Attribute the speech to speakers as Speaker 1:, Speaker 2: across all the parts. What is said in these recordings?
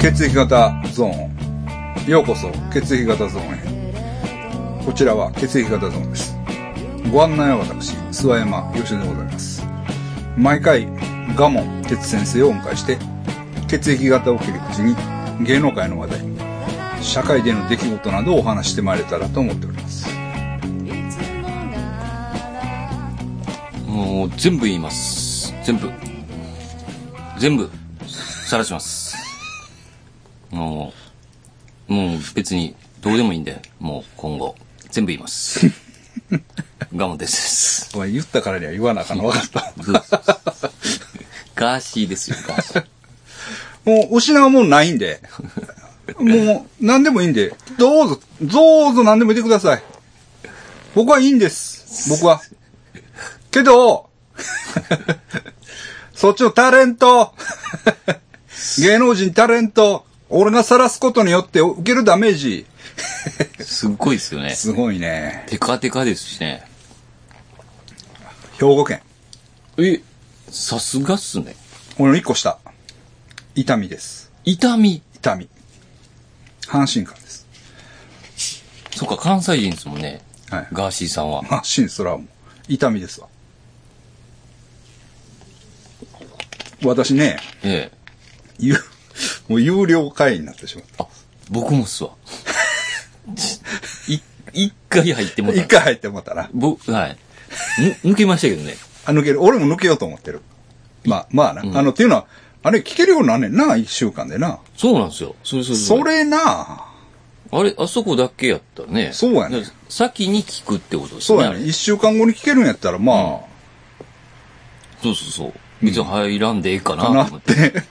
Speaker 1: 血液型ゾーン。ようこそ、血液型ゾーンへ。こちらは血液型ゾーンです。ご案内は私、諏訪山義でございます。毎回、ガモン哲先生をお迎えして、血液型を切り口に、芸能界の話題、社会での出来事などをお話ししてまいれたらと思っております。
Speaker 2: もう全部言います。全部。全部、さらします。もう、もう別にどうでもいいんで、もう今後、全部言います。ガモです。
Speaker 1: お前言ったからには言わなあかんの分かった。
Speaker 2: ガーシーですよ、ガーシー。
Speaker 1: もう失うもんないんで。もう何でもいいんで。どうぞ、どうぞ何でも言ってください。僕はいいんです。僕は。けど、 そっちのタレント、 芸能人タレント、俺が晒すことによって受けるダメージ、
Speaker 2: すっごいですよね。
Speaker 1: すごいね。
Speaker 2: テカテカですしね。
Speaker 1: 兵庫県。
Speaker 2: え、さすがっすね。
Speaker 1: 俺の一個下。痛みです。
Speaker 2: 痛み。
Speaker 1: 痛み。阪神感です。
Speaker 2: そっか、関西人ですもんね。
Speaker 1: はい。
Speaker 2: ガーシーさんは。
Speaker 1: まあ、シンスラーも。痛みですわ。私ね、
Speaker 2: ええ。
Speaker 1: 有、もう 有料会員になってしまっ
Speaker 2: あ、僕もっすわ。い、一回入っても
Speaker 1: た。
Speaker 2: ら
Speaker 1: 一
Speaker 2: った
Speaker 1: 回入ってもらったら、
Speaker 2: 僕、はい。ぬ、抜けましたけどね。
Speaker 1: あ、抜ける。俺も抜けようと思ってる。まあ、まあな。あの、っていうのは、あれ聞けるようになんねんな、一週間でな。
Speaker 2: そうなんですよ。それそれ
Speaker 1: それな、
Speaker 2: あれ、あそこだけやったね。
Speaker 1: そうやね
Speaker 2: だから先に聞くってことです
Speaker 1: そう
Speaker 2: ね。
Speaker 1: やね。一週間後に聞けるんやったら、ま
Speaker 2: そうそうそう。別に入らんでええか
Speaker 1: あ、
Speaker 2: な
Speaker 1: か
Speaker 2: と
Speaker 1: な
Speaker 2: 思
Speaker 1: っ
Speaker 2: って。
Speaker 1: て、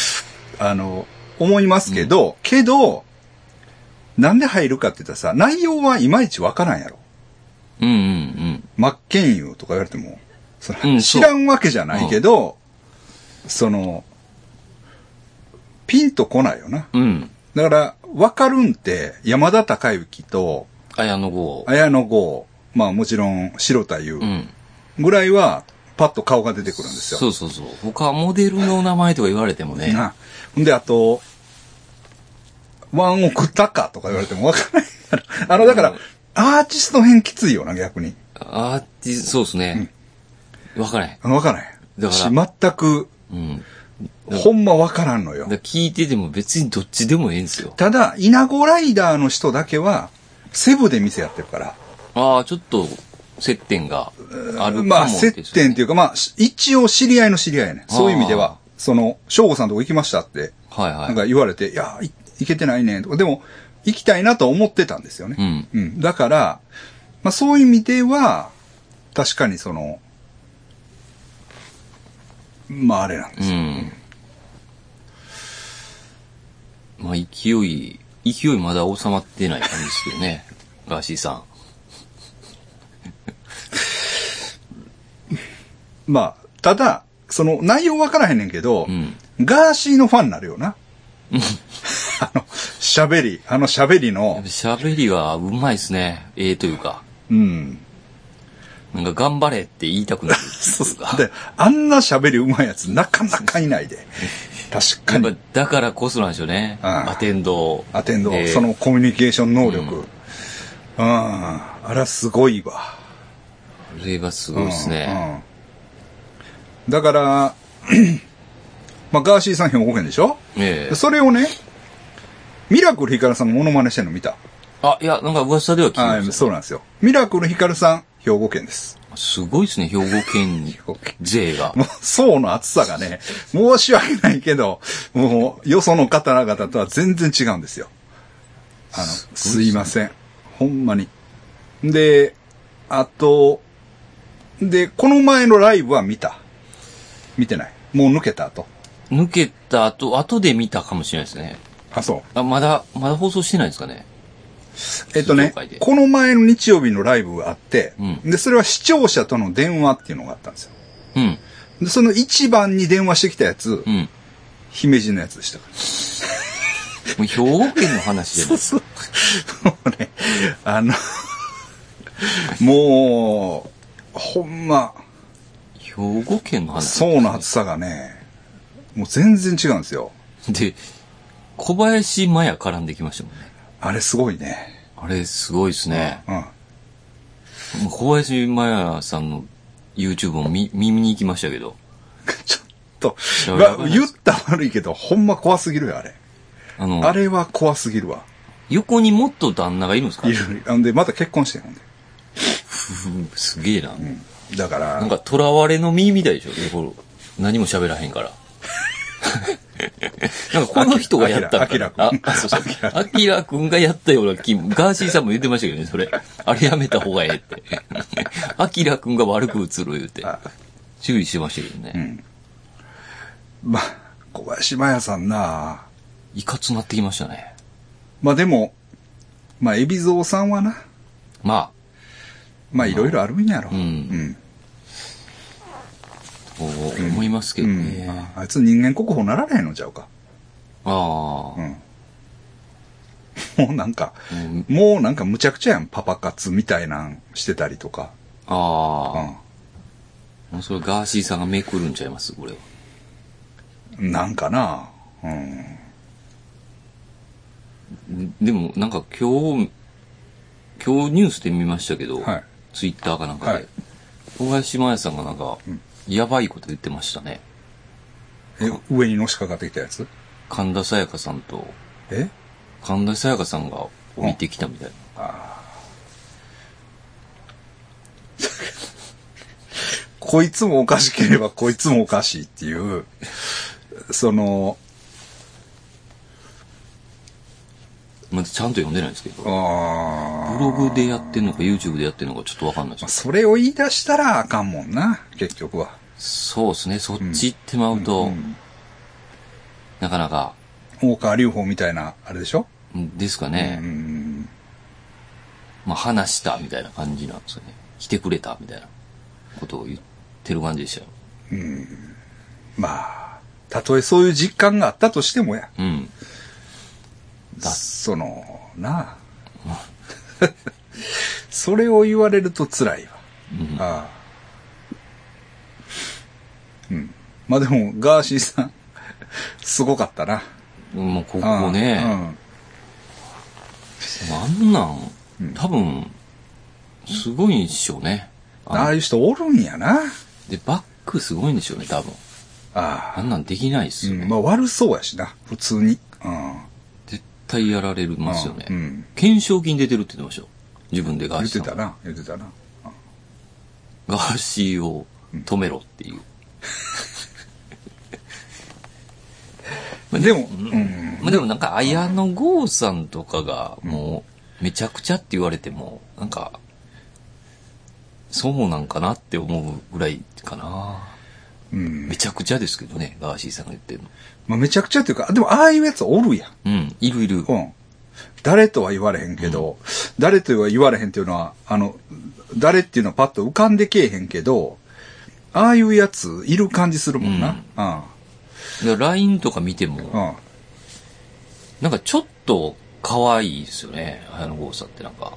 Speaker 1: あの、思いますけど、けど、なんで入るかって言ったらさ、内容はいまいちわからんやろ。
Speaker 2: うんうんうん。
Speaker 1: 真っ健優とか言われても、その
Speaker 2: うんそ
Speaker 1: 知
Speaker 2: う
Speaker 1: らんわけじゃないけど、その、ピンとこないよな。
Speaker 2: うん。
Speaker 1: だから、わかるんって、山田孝之と、
Speaker 2: 綾野剛。
Speaker 1: 綾野剛、まあもちろん、白田優
Speaker 2: うん。
Speaker 1: ぐらいは、パッと顔が出てくるんですよ。
Speaker 2: そうそうそう。他モデルの名前とか言われてもね。
Speaker 1: な。ほんで、あと、ワンオクタカとか言われてもわからないやろ。あの、だから、アーティスト編きついよな、逆に。
Speaker 2: アーティスト、そうですね。わからへ
Speaker 1: あのわからへん。
Speaker 2: だから
Speaker 1: し全く、
Speaker 2: ん。うん。
Speaker 1: ほんまわからんのよ
Speaker 2: だか。ら聞いてても別にどっちでもええんですよ。
Speaker 1: ただ、イナゴライダーの人だけは、セブで店やってるから。
Speaker 2: ああ、ちょっと、接点があるかも、。
Speaker 1: まあ、接点っていううか、まあ、し一応知り合いの知り合いやね。そういう意味では、その、翔吾さんとこ行きましたって、
Speaker 2: はいはい。
Speaker 1: なんか言われて、いや、い行けてないね、とか。でも、行きたいなと思ってたんですよ
Speaker 2: う
Speaker 1: ね。
Speaker 2: ん。
Speaker 1: うん。だから、まあ、そういう意味では、確かにその、まあ、あれなんで
Speaker 2: う
Speaker 1: すよ。
Speaker 2: ん。まあ、勢い、勢いまだ収まってない感じですけどね。 ガーシーさん。
Speaker 1: まあ、ただ、その、内容わからへんねんけど、
Speaker 2: うん。
Speaker 1: ガーシーのファンになるよな。あの、喋り、あの喋り
Speaker 2: やっ
Speaker 1: の
Speaker 2: ぱ、喋りはうまいですね。ええというか。
Speaker 1: うん。
Speaker 2: なんか、頑張れって言いたくな るっていうか。
Speaker 1: で、あんな喋りうまいやつなかなかいない で。確か
Speaker 2: やっ
Speaker 1: に。
Speaker 2: ぱだからこそなんでしょうね。
Speaker 1: ああ
Speaker 2: アテンド。
Speaker 1: アテンド、
Speaker 2: ええ
Speaker 1: そのコミュニケーション能力。うん、あれはすごいわ。
Speaker 2: それがすごいですね。
Speaker 1: うん。だから、 まあ、ガーシーさん兵庫県でしょ
Speaker 2: ええ
Speaker 1: それをね、ミラクルヒカルさんのモノマネしてるの見た。
Speaker 2: あ、いや、なんか噂では聞き
Speaker 1: あ
Speaker 2: ました。
Speaker 1: そうなんですよ。ミラクルヒカルさん、兵庫県です。
Speaker 2: すごいですね、兵庫県勢が。
Speaker 1: もう層の厚さがね、申し訳ないけど、もう、よその方々とは全然違うんですよ。あの、すいません。ほんまに。で、あと、で、この前のライブは見た。見てない。もう抜けた後。
Speaker 2: 抜けた後、後で見たかもしれないですね。
Speaker 1: あ、そう。
Speaker 2: あ、まだ、まだ放送してないですかね。
Speaker 1: えっとね
Speaker 2: 通常会で、
Speaker 1: この前の日曜日のライブがあって、
Speaker 2: うん
Speaker 1: で、それは視聴者との電話っていうのがあったんですよ。
Speaker 2: うん。
Speaker 1: で、その一番に電話してきたやつ、
Speaker 2: うん。
Speaker 1: 姫路のやつでしたから。
Speaker 2: もう兵庫県の話で
Speaker 1: そう
Speaker 2: も。
Speaker 1: そう。 もうね、あの、もう、ほんま、
Speaker 2: 兵庫県の話。
Speaker 1: 層の厚さがね、もう全然違うんですよ。
Speaker 2: で、小林麻也絡んできましたもんね。
Speaker 1: あれすごいね。
Speaker 2: あれ、すごいですね。
Speaker 1: うん。
Speaker 2: もう小林麻也さんの YouTube も見見に行きましたけど、
Speaker 1: ちょっと
Speaker 2: いや、
Speaker 1: ま
Speaker 2: やばいな
Speaker 1: 言ったら悪いけど、ほんま怖すぎるよ、あれ。
Speaker 2: あの、
Speaker 1: あれは怖すぎるわ。
Speaker 2: 横にもっと旦那がいるんですか
Speaker 1: いる。ほんで、また結婚してんほんで。
Speaker 2: すげえな。
Speaker 1: だから、
Speaker 2: なんか囚われの身みたいでしょこれ何も喋らへん から。なんかこの人がやったんかな
Speaker 1: あきらあきらくん
Speaker 2: あ、そうそう。アキラくんがやったような気も、ガーシーさんも言ってましたけどね、それ。あれやめた方がええ って。アキラくんが悪く映る言うて
Speaker 1: あ。
Speaker 2: 注意してましたけどね。
Speaker 1: まあ、小林麻也さんない
Speaker 2: かつなってきましたね。
Speaker 1: まあでも、まあ、海老蔵さんはな、
Speaker 2: ま
Speaker 1: まあいろいろあるんやろ。
Speaker 2: うんあ、こう思いますけ
Speaker 1: う
Speaker 2: ど
Speaker 1: ん。
Speaker 2: ね。あ
Speaker 1: あいつ人間国宝なられへんのちゃうか。
Speaker 2: あ、
Speaker 1: う
Speaker 2: も
Speaker 1: ん。もうなんか、
Speaker 2: う
Speaker 1: もうなんかむちゃくちゃやん、パパ活みたいなんしてたりとか。
Speaker 2: ああ、
Speaker 1: う
Speaker 2: もうそれガーシーさんがめくるんちゃいますこれは。
Speaker 1: ん。なんかな、うん。
Speaker 2: でもなんか今日、今日ニュースで見ましたけど、
Speaker 1: はい
Speaker 2: ツイッターかなんかで、
Speaker 1: はい
Speaker 2: 小林麻也さんがなんか、やばいこと言ってましたね。
Speaker 1: え、上にのしかかってきたやつ
Speaker 2: 神田沙也加さんと、
Speaker 1: え
Speaker 2: 神田沙也加さんが降りてきたみたいな。
Speaker 1: こいつもおかしければこいつもおかしいっていう、その、
Speaker 2: まだちゃんと読んでないんですけど、ブ
Speaker 1: あ
Speaker 2: ログでやってんのか YouTube でやってんのかちょっとわかんないです
Speaker 1: ーそれを言い出したらあかんもんな、結局は。
Speaker 2: そうですね、そっち行ってまうと、なかなか、
Speaker 1: 大川隆法みたいな、あれでしょ
Speaker 2: ですか
Speaker 1: う
Speaker 2: ね、
Speaker 1: ん。
Speaker 2: まあ話したみたいな感じなんですよね。来てくれたみたいなことを言ってる感じでしたよ。
Speaker 1: まあ、たとえそういう実感があったとしてもや。
Speaker 2: うん。だ
Speaker 1: その、なあ。 それを言われると辛いわ。
Speaker 2: うん
Speaker 1: ああ。うん。まあでも、ガーシーさん、すごかったな。
Speaker 2: もうこ
Speaker 1: ああ
Speaker 2: こね、あんなん、多分、すごいんでしょうね。
Speaker 1: うん。ああいう人おるんやな。
Speaker 2: で、バックすごいんでしょうね、多分。
Speaker 1: ああ。
Speaker 2: あんなんできないっす
Speaker 1: う
Speaker 2: よね。
Speaker 1: ん、まあ悪そうやしな、普通に。うん。
Speaker 2: 絶対やられますよね。
Speaker 1: うんうん
Speaker 2: 懸賞金出てるって言ってましたよ。自分でガー
Speaker 1: 言っ
Speaker 2: シ
Speaker 1: て
Speaker 2: ーさ
Speaker 1: た
Speaker 2: ん。
Speaker 1: な、言ってたな。
Speaker 2: ガーシーを止めろっていう。
Speaker 1: でも、うん。
Speaker 2: まあでもなんか、綾野剛さんとかが、もう、めちゃくちゃって言われても、なんか、そうなんかなって思うぐらいかな。
Speaker 1: うん。
Speaker 2: めちゃくちゃですけどね、ガーシーさんが言ってるの。
Speaker 1: まあめちゃくちゃっていうか、でもああいうやつおるやん。
Speaker 2: うん、いるいる。
Speaker 1: うん。誰とは言われへんけど、誰とは言われへんっていうのは、あの、誰っていうのはパッと浮かんでけえへんけど、ああいうやついる感じするもんな。
Speaker 2: で LINE とか見て
Speaker 1: うん。
Speaker 2: も、
Speaker 1: うん。
Speaker 2: なんかちょっと可愛いですよね、綾野剛さんってなんか。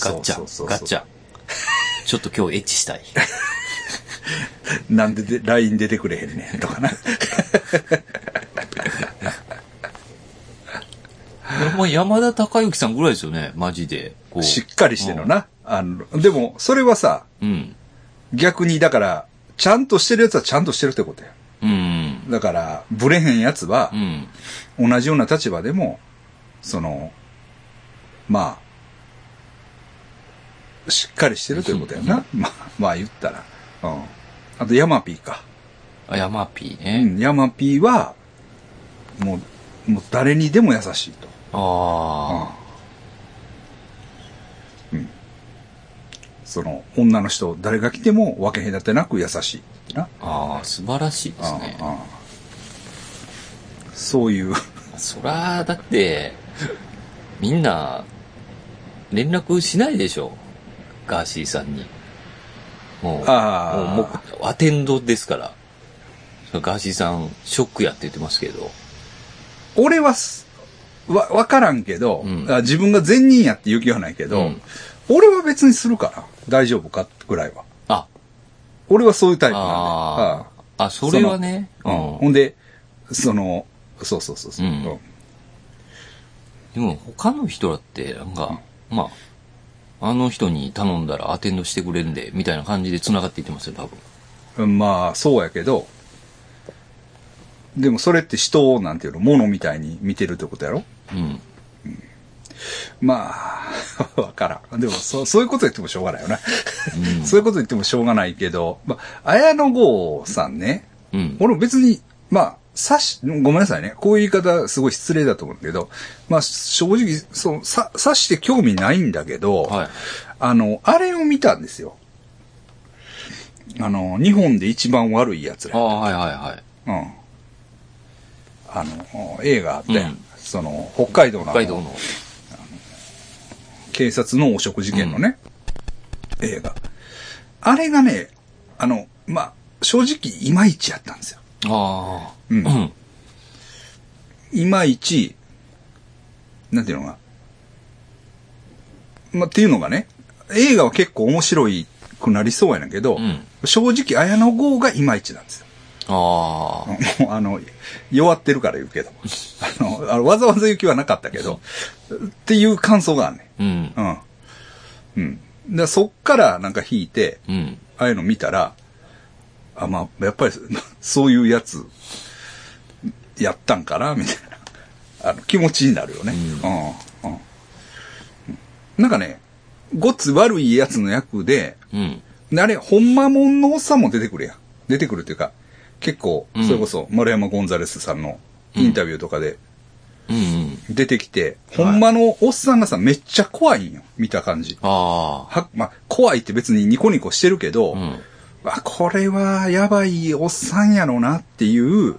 Speaker 2: ガッチ
Speaker 1: そうそうそうそ
Speaker 2: ャ、
Speaker 1: う
Speaker 2: ガッチャ。ちょっと今日エッチしたい。
Speaker 1: なんでで LINE 出てくれへんねんとかな。
Speaker 2: もう山田孝之さんぐらいですよね、マジで。こう
Speaker 1: しっかりしてんの。な。あの、でも、それはさ、
Speaker 2: うん。
Speaker 1: 逆にだから、ちゃんとしてるやつはちゃんとしてるってことや。
Speaker 2: うん。
Speaker 1: だから、ブレへんやつは
Speaker 2: う、ん。
Speaker 1: 同じような立場でも、その、まあ、しっかりしてるということやな。まあ、まあ言ったら。うん。あと、ヤマピーか。
Speaker 2: あ、山 P
Speaker 1: う
Speaker 2: ね。
Speaker 1: ん、ヤマピーは、もう、もう誰にでも優しいと。
Speaker 2: ああ。
Speaker 1: うん。うん。その、女の人、誰が来ても分け隔てなく優しいってな。
Speaker 2: ああ、素晴らしいですね。
Speaker 1: うんうんそういう、
Speaker 2: そら、だって、みんな、連絡しないでしょ。ガーシーさんに。もう、
Speaker 1: あ
Speaker 2: も
Speaker 1: ー
Speaker 2: うもうアテンドですから。ガーシーさん、ショックやって言ってますけど。
Speaker 1: 俺はす、わ、わからんけど、
Speaker 2: うん
Speaker 1: あ自分が善人やって言う気はないけど、
Speaker 2: うん
Speaker 1: 俺は別にするから、大丈夫かぐらいは。
Speaker 2: あ、
Speaker 1: 俺はそういうタイプなんで。
Speaker 2: あーあ、それはね。
Speaker 1: ああうんほんで、その、そうそうそうそう、
Speaker 2: うん
Speaker 1: うん
Speaker 2: でも他の人だって、なんか、まあ、あの人に頼んだらアテンドしてくれんで、みたいな感じで繋がっていってますよ、多分。
Speaker 1: うんまあ、そうやけど、でもそれって人をなんていうの、物みたいに見てるってことやろ
Speaker 2: うん。
Speaker 1: まあ、 わからん。でも、そそういうこと言ってもしょうがないよな。 そういうこと言ってもしょうがないけど、まあ、綾野剛さんね、
Speaker 2: うん。
Speaker 1: 俺も別に、まあ、さし、ごめんなさいね。こういう言い方すごい失礼だと思うんだけど、まあ、正直、その、さ、さして興味ないんだけど、
Speaker 2: はい。
Speaker 1: あの、あれを見たんですよ。あの、日本で一番悪い奴ら。
Speaker 2: ああ、はいはいはい。
Speaker 1: うん。あの、映画あって、
Speaker 2: うん
Speaker 1: その、北海道のあ
Speaker 2: 北
Speaker 1: の
Speaker 2: 海道の。
Speaker 1: 警察の汚職事件のね、映画。あれがね、あの、まあ、正直、いまいちやったんですよ。
Speaker 2: ああ。
Speaker 1: うん
Speaker 2: うん。
Speaker 1: いまいち、なんていうのが、まあ、っていうのがね、映画は結構面白いくなりそうやねんけど、
Speaker 2: うん
Speaker 1: 正直、綾野剛がいまいちなんですよ。
Speaker 2: ああ。
Speaker 1: もうあの、弱ってるから言う けど。あの、あのわざわざ言う気はなかったけど、っていう感想があんね
Speaker 2: うん。
Speaker 1: ん。うん。うん。で、そっからなんか引いて、
Speaker 2: うん。
Speaker 1: ああいうの見たら、あ、まあ、やっぱり、 そういうやつ、やったんかな、みたいな、あの、気持ちになるよね。うん。うん。なんかね、ごっつ悪いやつの役で、
Speaker 2: うん。
Speaker 1: であれ、ほんまもんのおっさんも出てくるやん。出てくるっていうか、結構、
Speaker 2: うん
Speaker 1: それこそ、丸山ゴンザレスさんのインタビューとかで
Speaker 2: うんうん。
Speaker 1: 出てきて、ほんまのおっさんがさ、めっちゃ怖いんよ。見た感じ。
Speaker 2: ああ。
Speaker 1: は、まあ、怖いって別にニコニコしてるけど、
Speaker 2: うん。
Speaker 1: あ、これはやばいおっさんやろなっていう、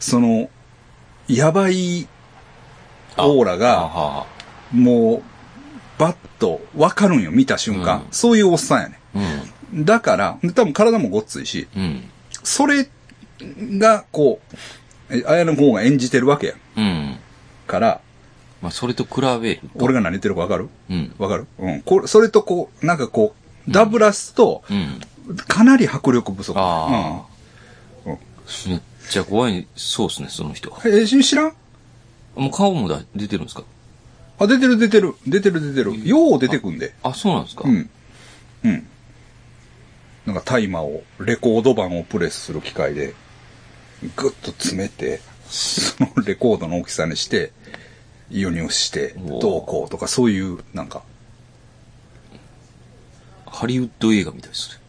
Speaker 1: その、やばいオーラ
Speaker 2: あ
Speaker 1: が、
Speaker 2: は
Speaker 1: もう、バッとわかるんよ、見た瞬間。
Speaker 2: うん
Speaker 1: そういうおっさんやね。
Speaker 2: は。
Speaker 1: だから、多分体もごっついし、
Speaker 2: うん。うん。
Speaker 1: それが、こう、え綾野剛が演じてるわけや
Speaker 2: うん。
Speaker 1: から、
Speaker 2: まあ、それと比べると。
Speaker 1: 俺が何言ってるかわかる
Speaker 2: うん。
Speaker 1: わかるうん。これ、それとこう、なんかこう、ダブらすと、
Speaker 2: うん。
Speaker 1: かなり迫力不足。
Speaker 2: あ
Speaker 1: うんうん
Speaker 2: めっちゃ怖い、そうですね、その人。
Speaker 1: え、し知らん
Speaker 2: もう顔もだ出てるんですか
Speaker 1: あ、出てる出てる。出てる出てる。よう出てくんで。
Speaker 2: あ、そうなんですか
Speaker 1: うん。うん。なんかタイマーを、レコード盤をプレスする機械で、ぐっと詰めて、そのレコードの大きさにして、輸入して、
Speaker 2: おー
Speaker 1: どうこうとか、そういう、なんか、
Speaker 2: ハリウッド映画みたいですね。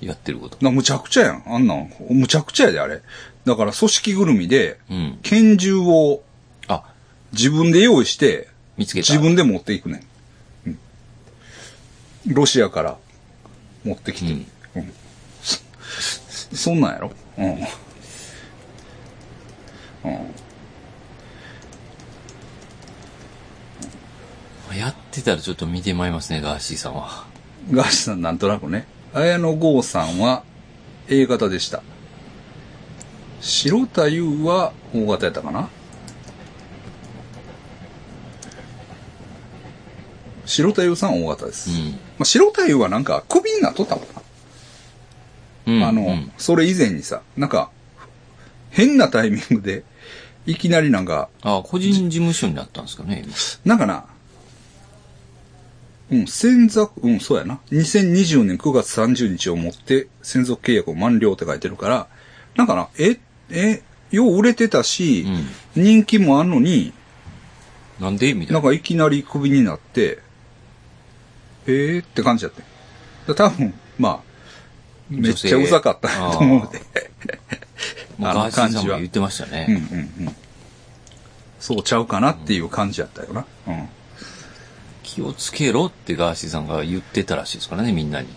Speaker 2: やってること。
Speaker 1: なむちゃくちゃやん。あんなん、むちゃくちゃやで、あれ。だから、組織ぐるみで、
Speaker 2: うん。
Speaker 1: 拳銃を
Speaker 2: あ、
Speaker 1: 自分で用意して、
Speaker 2: 見つけた。
Speaker 1: 自分で持っていくねん。うん、ロシアから持ってきて。
Speaker 2: うん
Speaker 1: うんそそんなんやろうん。うん。
Speaker 2: やってたらちょっと見てまいりますね、ガーシーさんは。
Speaker 1: ガーシーさんなんとなくね。綾野剛さんは A 型でした。白田優は O 型やったかな白田優さん O 型です。
Speaker 2: うん
Speaker 1: まあ、白田優はなんか首になっとったもんな。
Speaker 2: うん。
Speaker 1: あの、
Speaker 2: うん
Speaker 1: それ以前にさ、なんか、変なタイミングで、いきなりなんか、
Speaker 2: あ、個人事務所になったんですかね、今
Speaker 1: なんかな、うん、専属、うん、そうやな。2020年9月30日をもって、専属契約を満了って書いてるから、なんかな、え、え、よう売れてたし、
Speaker 2: うん
Speaker 1: 人気もあんのに、
Speaker 2: なんでみたい
Speaker 1: なん
Speaker 2: な。
Speaker 1: かいきなりクビになって、えーって感じだった。だ多分、まあ、めっちゃうざかったなと思うで。
Speaker 2: もう
Speaker 1: あの
Speaker 2: ガーシーさ
Speaker 1: 感
Speaker 2: ん
Speaker 1: じ
Speaker 2: も
Speaker 1: は
Speaker 2: 言ってましたね。
Speaker 1: うんうんうん。そうちゃうかなっていう感じやったよな。うん。
Speaker 2: 気をつけろってガーシーさんが言ってたらしいですからね、みんなに。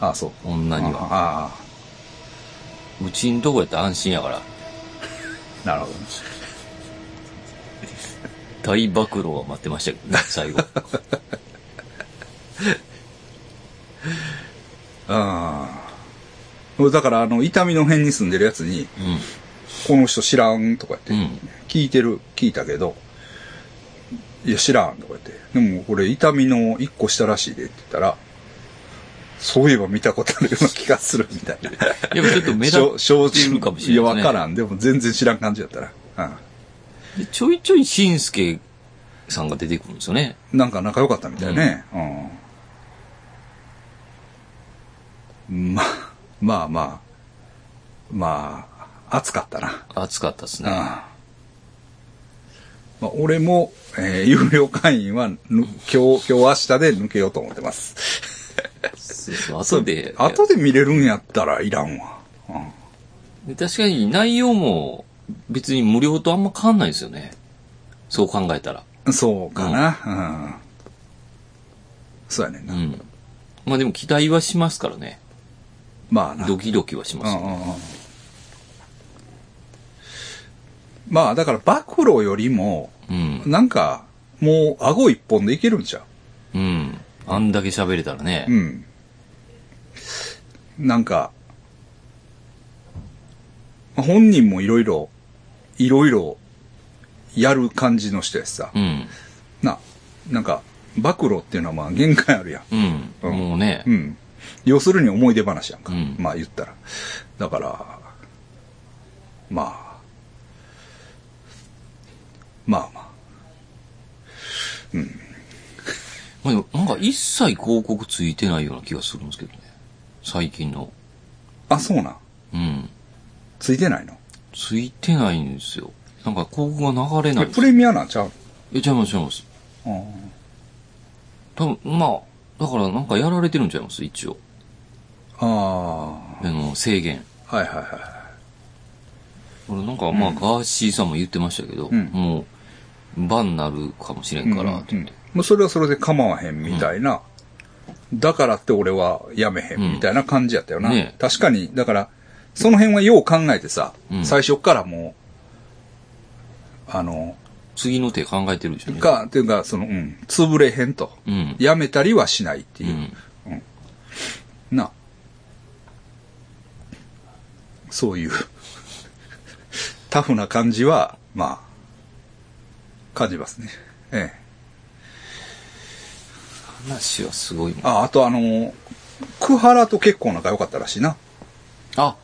Speaker 1: ああ、そう。
Speaker 2: 女には。
Speaker 1: ああ
Speaker 2: うちんとこやったら安心やから。
Speaker 1: あ、なるほど。
Speaker 2: 大暴露は待ってましたけどね、最 後。
Speaker 1: ああ。だから、あの、痛みの辺に住んでるやつに、
Speaker 2: う
Speaker 1: この人知らんとか
Speaker 2: ん。う
Speaker 1: 言って、
Speaker 2: ん。
Speaker 1: 聞いてる、聞いたけど、いや、知らんとか言って、でもこれ痛みの一個下らしいでって言ったら、そういえば見たことあるような気がするみたいな。
Speaker 2: やっぱちょっと 目立
Speaker 1: 正正
Speaker 2: って
Speaker 1: 直
Speaker 2: るかもしれない
Speaker 1: い
Speaker 2: で
Speaker 1: や、
Speaker 2: すね。
Speaker 1: わからん。でも全然知らん感じやったら。うん
Speaker 2: でちょいちょいしんすけさんが出てくるんですよね。
Speaker 1: なんか仲良かったみたいね。うん。まあ、まあまあ。まあ、暑かったな。
Speaker 2: 熱かったです
Speaker 1: うん。
Speaker 2: ね。
Speaker 1: まあ、俺も、えー有料会員はぬ、今日、今日明日で抜けようと思ってます。
Speaker 2: そうそう後で、
Speaker 1: 後で見れるんやったらいらんわ。うん。
Speaker 2: で確かに内容も別に無料とあんま変わんないですよね。そう考えたら。
Speaker 1: そうかな。うん。そうやねん
Speaker 2: う
Speaker 1: な。
Speaker 2: ん。まあでも期待はしますからね。
Speaker 1: まあな。
Speaker 2: ドキドキはしますよ
Speaker 1: うん
Speaker 2: ね。
Speaker 1: うんうんまあ、だから、暴露よりも、
Speaker 2: うん。
Speaker 1: なんか、もう、顎一本でいけるんちゃ
Speaker 2: うん。あんだけ喋れたらね
Speaker 1: うう。ん。なんか、本人もいろいろ、いろいろ、やる感じの人やしさ
Speaker 2: う。ん。
Speaker 1: な、なんか、暴露っていうのはまあ限界あるやん。
Speaker 2: う
Speaker 1: う
Speaker 2: ん。
Speaker 1: ん
Speaker 2: もうね
Speaker 1: う。ん。要するに思い出話やんか。
Speaker 2: うん
Speaker 1: まあ言ったら。だから、まあ、まあまあ。
Speaker 2: まあでもなんか一切広告ついてないような気がするんですけどね。最近の。
Speaker 1: あ、そうなん。
Speaker 2: うん。
Speaker 1: ついてないの
Speaker 2: ついてないんですよ。なんか広告が流れないんです
Speaker 1: プレ
Speaker 2: よ。
Speaker 1: ミアなんちゃう
Speaker 2: え、ちゃいます、ちゃいます。
Speaker 1: うん
Speaker 2: 多分、まあ、だからなんかやられてるんちゃいます一応。
Speaker 1: あ
Speaker 2: あの、制限。
Speaker 1: あ、はいはいは
Speaker 2: これなんかまあ、ガーシーさんも言ってましたけど、
Speaker 1: うん
Speaker 2: もう、バンになるかもしれ
Speaker 1: い。
Speaker 2: んから、
Speaker 1: うん
Speaker 2: って言って。
Speaker 1: もうそれはそれで構わへんみたいな。だからって俺はやめへんみたいな感じやったよな。
Speaker 2: うんねえ
Speaker 1: 確かに、だから、その辺はよう考えてさ、
Speaker 2: うん
Speaker 1: 最初っからもう、あの、
Speaker 2: 次の手考えてるでしょうね。
Speaker 1: か、というか、その、うん、潰れへんと。
Speaker 2: うん。
Speaker 1: やめたりはしないって
Speaker 2: う
Speaker 1: いう。
Speaker 2: ん。
Speaker 1: な。そう いう、タフな感じは、まあ、感じますね。ええ。
Speaker 2: 話はすごいもん。
Speaker 1: あ、あとあのー、クハラと結構仲良かったらしいな。
Speaker 2: あ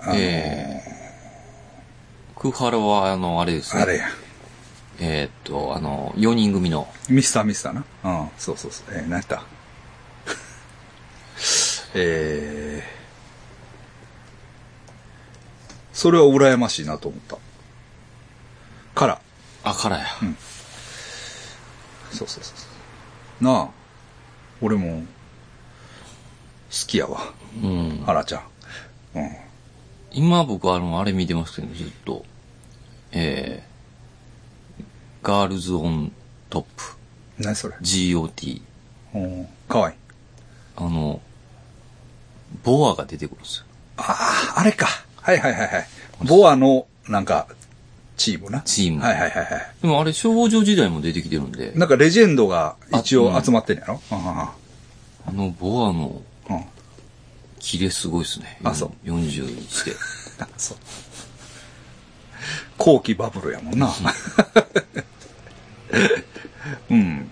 Speaker 1: あのー
Speaker 2: えー、クハラは、あの、あれですね。
Speaker 1: あれや。
Speaker 2: えーっと、あの、4人組の、
Speaker 1: ミスターミスターな。うん、そうそうそう。えー、何やった えー、それは羨ましいなと思った。から、
Speaker 2: あ、からや。
Speaker 1: そうそうそうそう。なあ、俺も、好きやわ、
Speaker 2: うん。
Speaker 1: ハラちゃん。うん。
Speaker 2: 今僕あの、あれ見てますけど、ずっと。えー、ガールズオントップ。
Speaker 1: 何それ。
Speaker 2: GOT。
Speaker 1: うん。かわいい。
Speaker 2: あの、ボアが出てくるんですよ。
Speaker 1: ああ、あれか。はいはいはいはい。ボアの、なんか、チームな。
Speaker 2: チーム
Speaker 1: はいはいはいはい。
Speaker 2: でもあれ、少女時代も出てきてるんで、
Speaker 1: なんかレジェンドが一
Speaker 2: あう
Speaker 1: 応
Speaker 2: ん
Speaker 1: 集まってんやろうんうん
Speaker 2: あの、ボアの
Speaker 1: うんうん。
Speaker 2: キレすごいですね。。
Speaker 1: あそう
Speaker 2: 40にして。
Speaker 1: そう。後期バブルやもんな。 うん。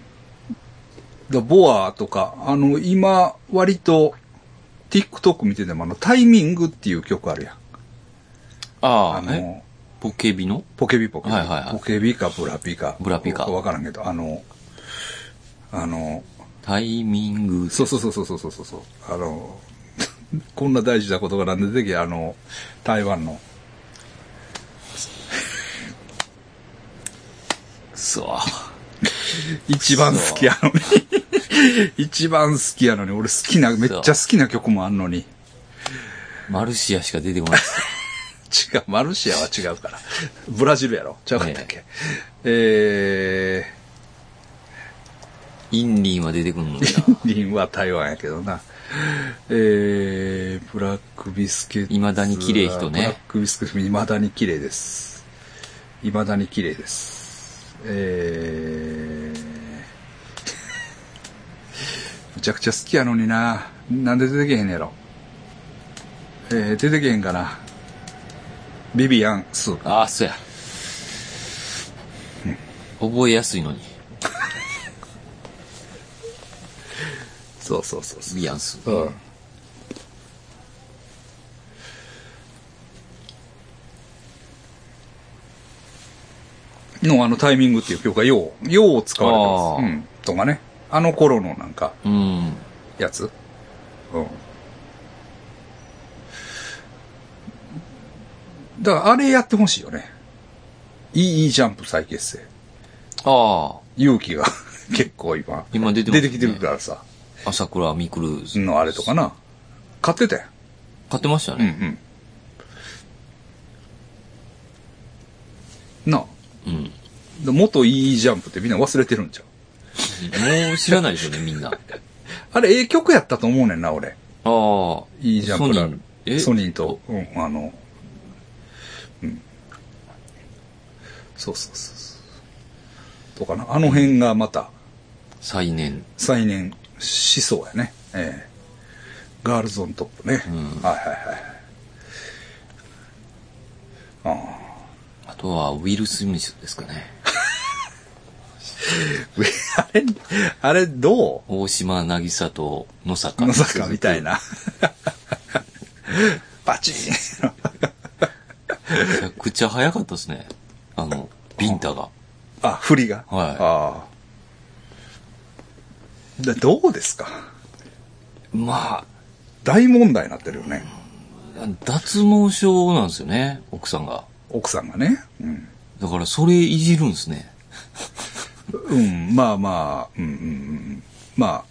Speaker 1: だボアとか、あの、今、割と、TikTok 見てても、あの、タイミングっていう曲あるやん。
Speaker 2: あ
Speaker 1: あ
Speaker 2: あ、え
Speaker 1: の、
Speaker 2: ポケビの
Speaker 1: ポケビポケビ。
Speaker 2: はいはいはい
Speaker 1: ポケビかブラピか。
Speaker 2: ブラピか
Speaker 1: わからんけど、あの、あの、
Speaker 2: タイミング。
Speaker 1: そうそうそうそうそうそうそうそう。あの、こんな大事なことがなんでできあの、台湾の。
Speaker 2: そう。
Speaker 1: 一番好きやのに。 一番好きやのに。俺好きな、めっちゃ好きな曲もあんのに。
Speaker 2: マルシアしか出てこないです。
Speaker 1: 違う、マルシアは違うから。ブラジルやろ違うかったっけ、え
Speaker 2: インリンは出てくるのにな。
Speaker 1: ー、リンは台湾やけどな。えー、ブラックビスケット。
Speaker 2: 未だに綺麗人ね
Speaker 1: ブラックビスケット、未だに綺麗です。未だに綺麗です。えー、むちゃくちゃ好きやのにな。なんで出てけへんねやろ。えー、出てけへんかな。ビビアン・ス ー。
Speaker 2: ああ、そうや。覚えやすいのに、
Speaker 1: そうそうそうそう。
Speaker 2: ビアンス。
Speaker 1: うん。のあのタイミングっていう表がよう、よう使われてます。
Speaker 2: あー
Speaker 1: うん。とかね。あの頃のなんか、
Speaker 2: うん。
Speaker 1: やつ。うん。だからあれやってほしいよね。いいいいジャンプ再結成。
Speaker 2: ああ、
Speaker 1: 勇気が 結構今。
Speaker 2: 今出てます
Speaker 1: 出
Speaker 2: ね
Speaker 1: てきてるからさ。
Speaker 2: 朝倉未来
Speaker 1: のあれとかな。買ってたよ。
Speaker 2: 買ってました
Speaker 1: うんう
Speaker 2: ね。
Speaker 1: ん。なあ。
Speaker 2: うん。も
Speaker 1: で元いいジャンプってみんな忘れてるんちゃう
Speaker 2: う知らないでしょうね、みんな。あ
Speaker 1: あれ、ええ曲やったと思うねんな、俺。
Speaker 2: あ。
Speaker 1: いいジャンプ
Speaker 2: ソ
Speaker 1: だ
Speaker 2: ニー。え
Speaker 1: ソニーと、うん、あの、うん。そうそうそうそう。とかな、あの辺がまた、
Speaker 2: 再燃。
Speaker 1: 再燃しそうやね。ええガールズオントップね。
Speaker 2: ん
Speaker 1: はいはいはい。ああ。
Speaker 2: あとは、ウィル・スミスですかね。
Speaker 1: あれ、あれどう
Speaker 2: 大島渚と野坂。
Speaker 1: まさかみたい な。バチーン。
Speaker 2: めちゃくちゃ早かったですね。あの、ビンタが。
Speaker 1: あ、振りが。
Speaker 2: はい
Speaker 1: ああ。で、どうですか
Speaker 2: ま
Speaker 1: 大問題になってるよね。
Speaker 2: あ、脱毛症なんですよね、奥さんが。
Speaker 1: 奥さんがね。うん。
Speaker 2: だから、それいじるんですね。
Speaker 1: うん、まあまあ、うんうんうん。ま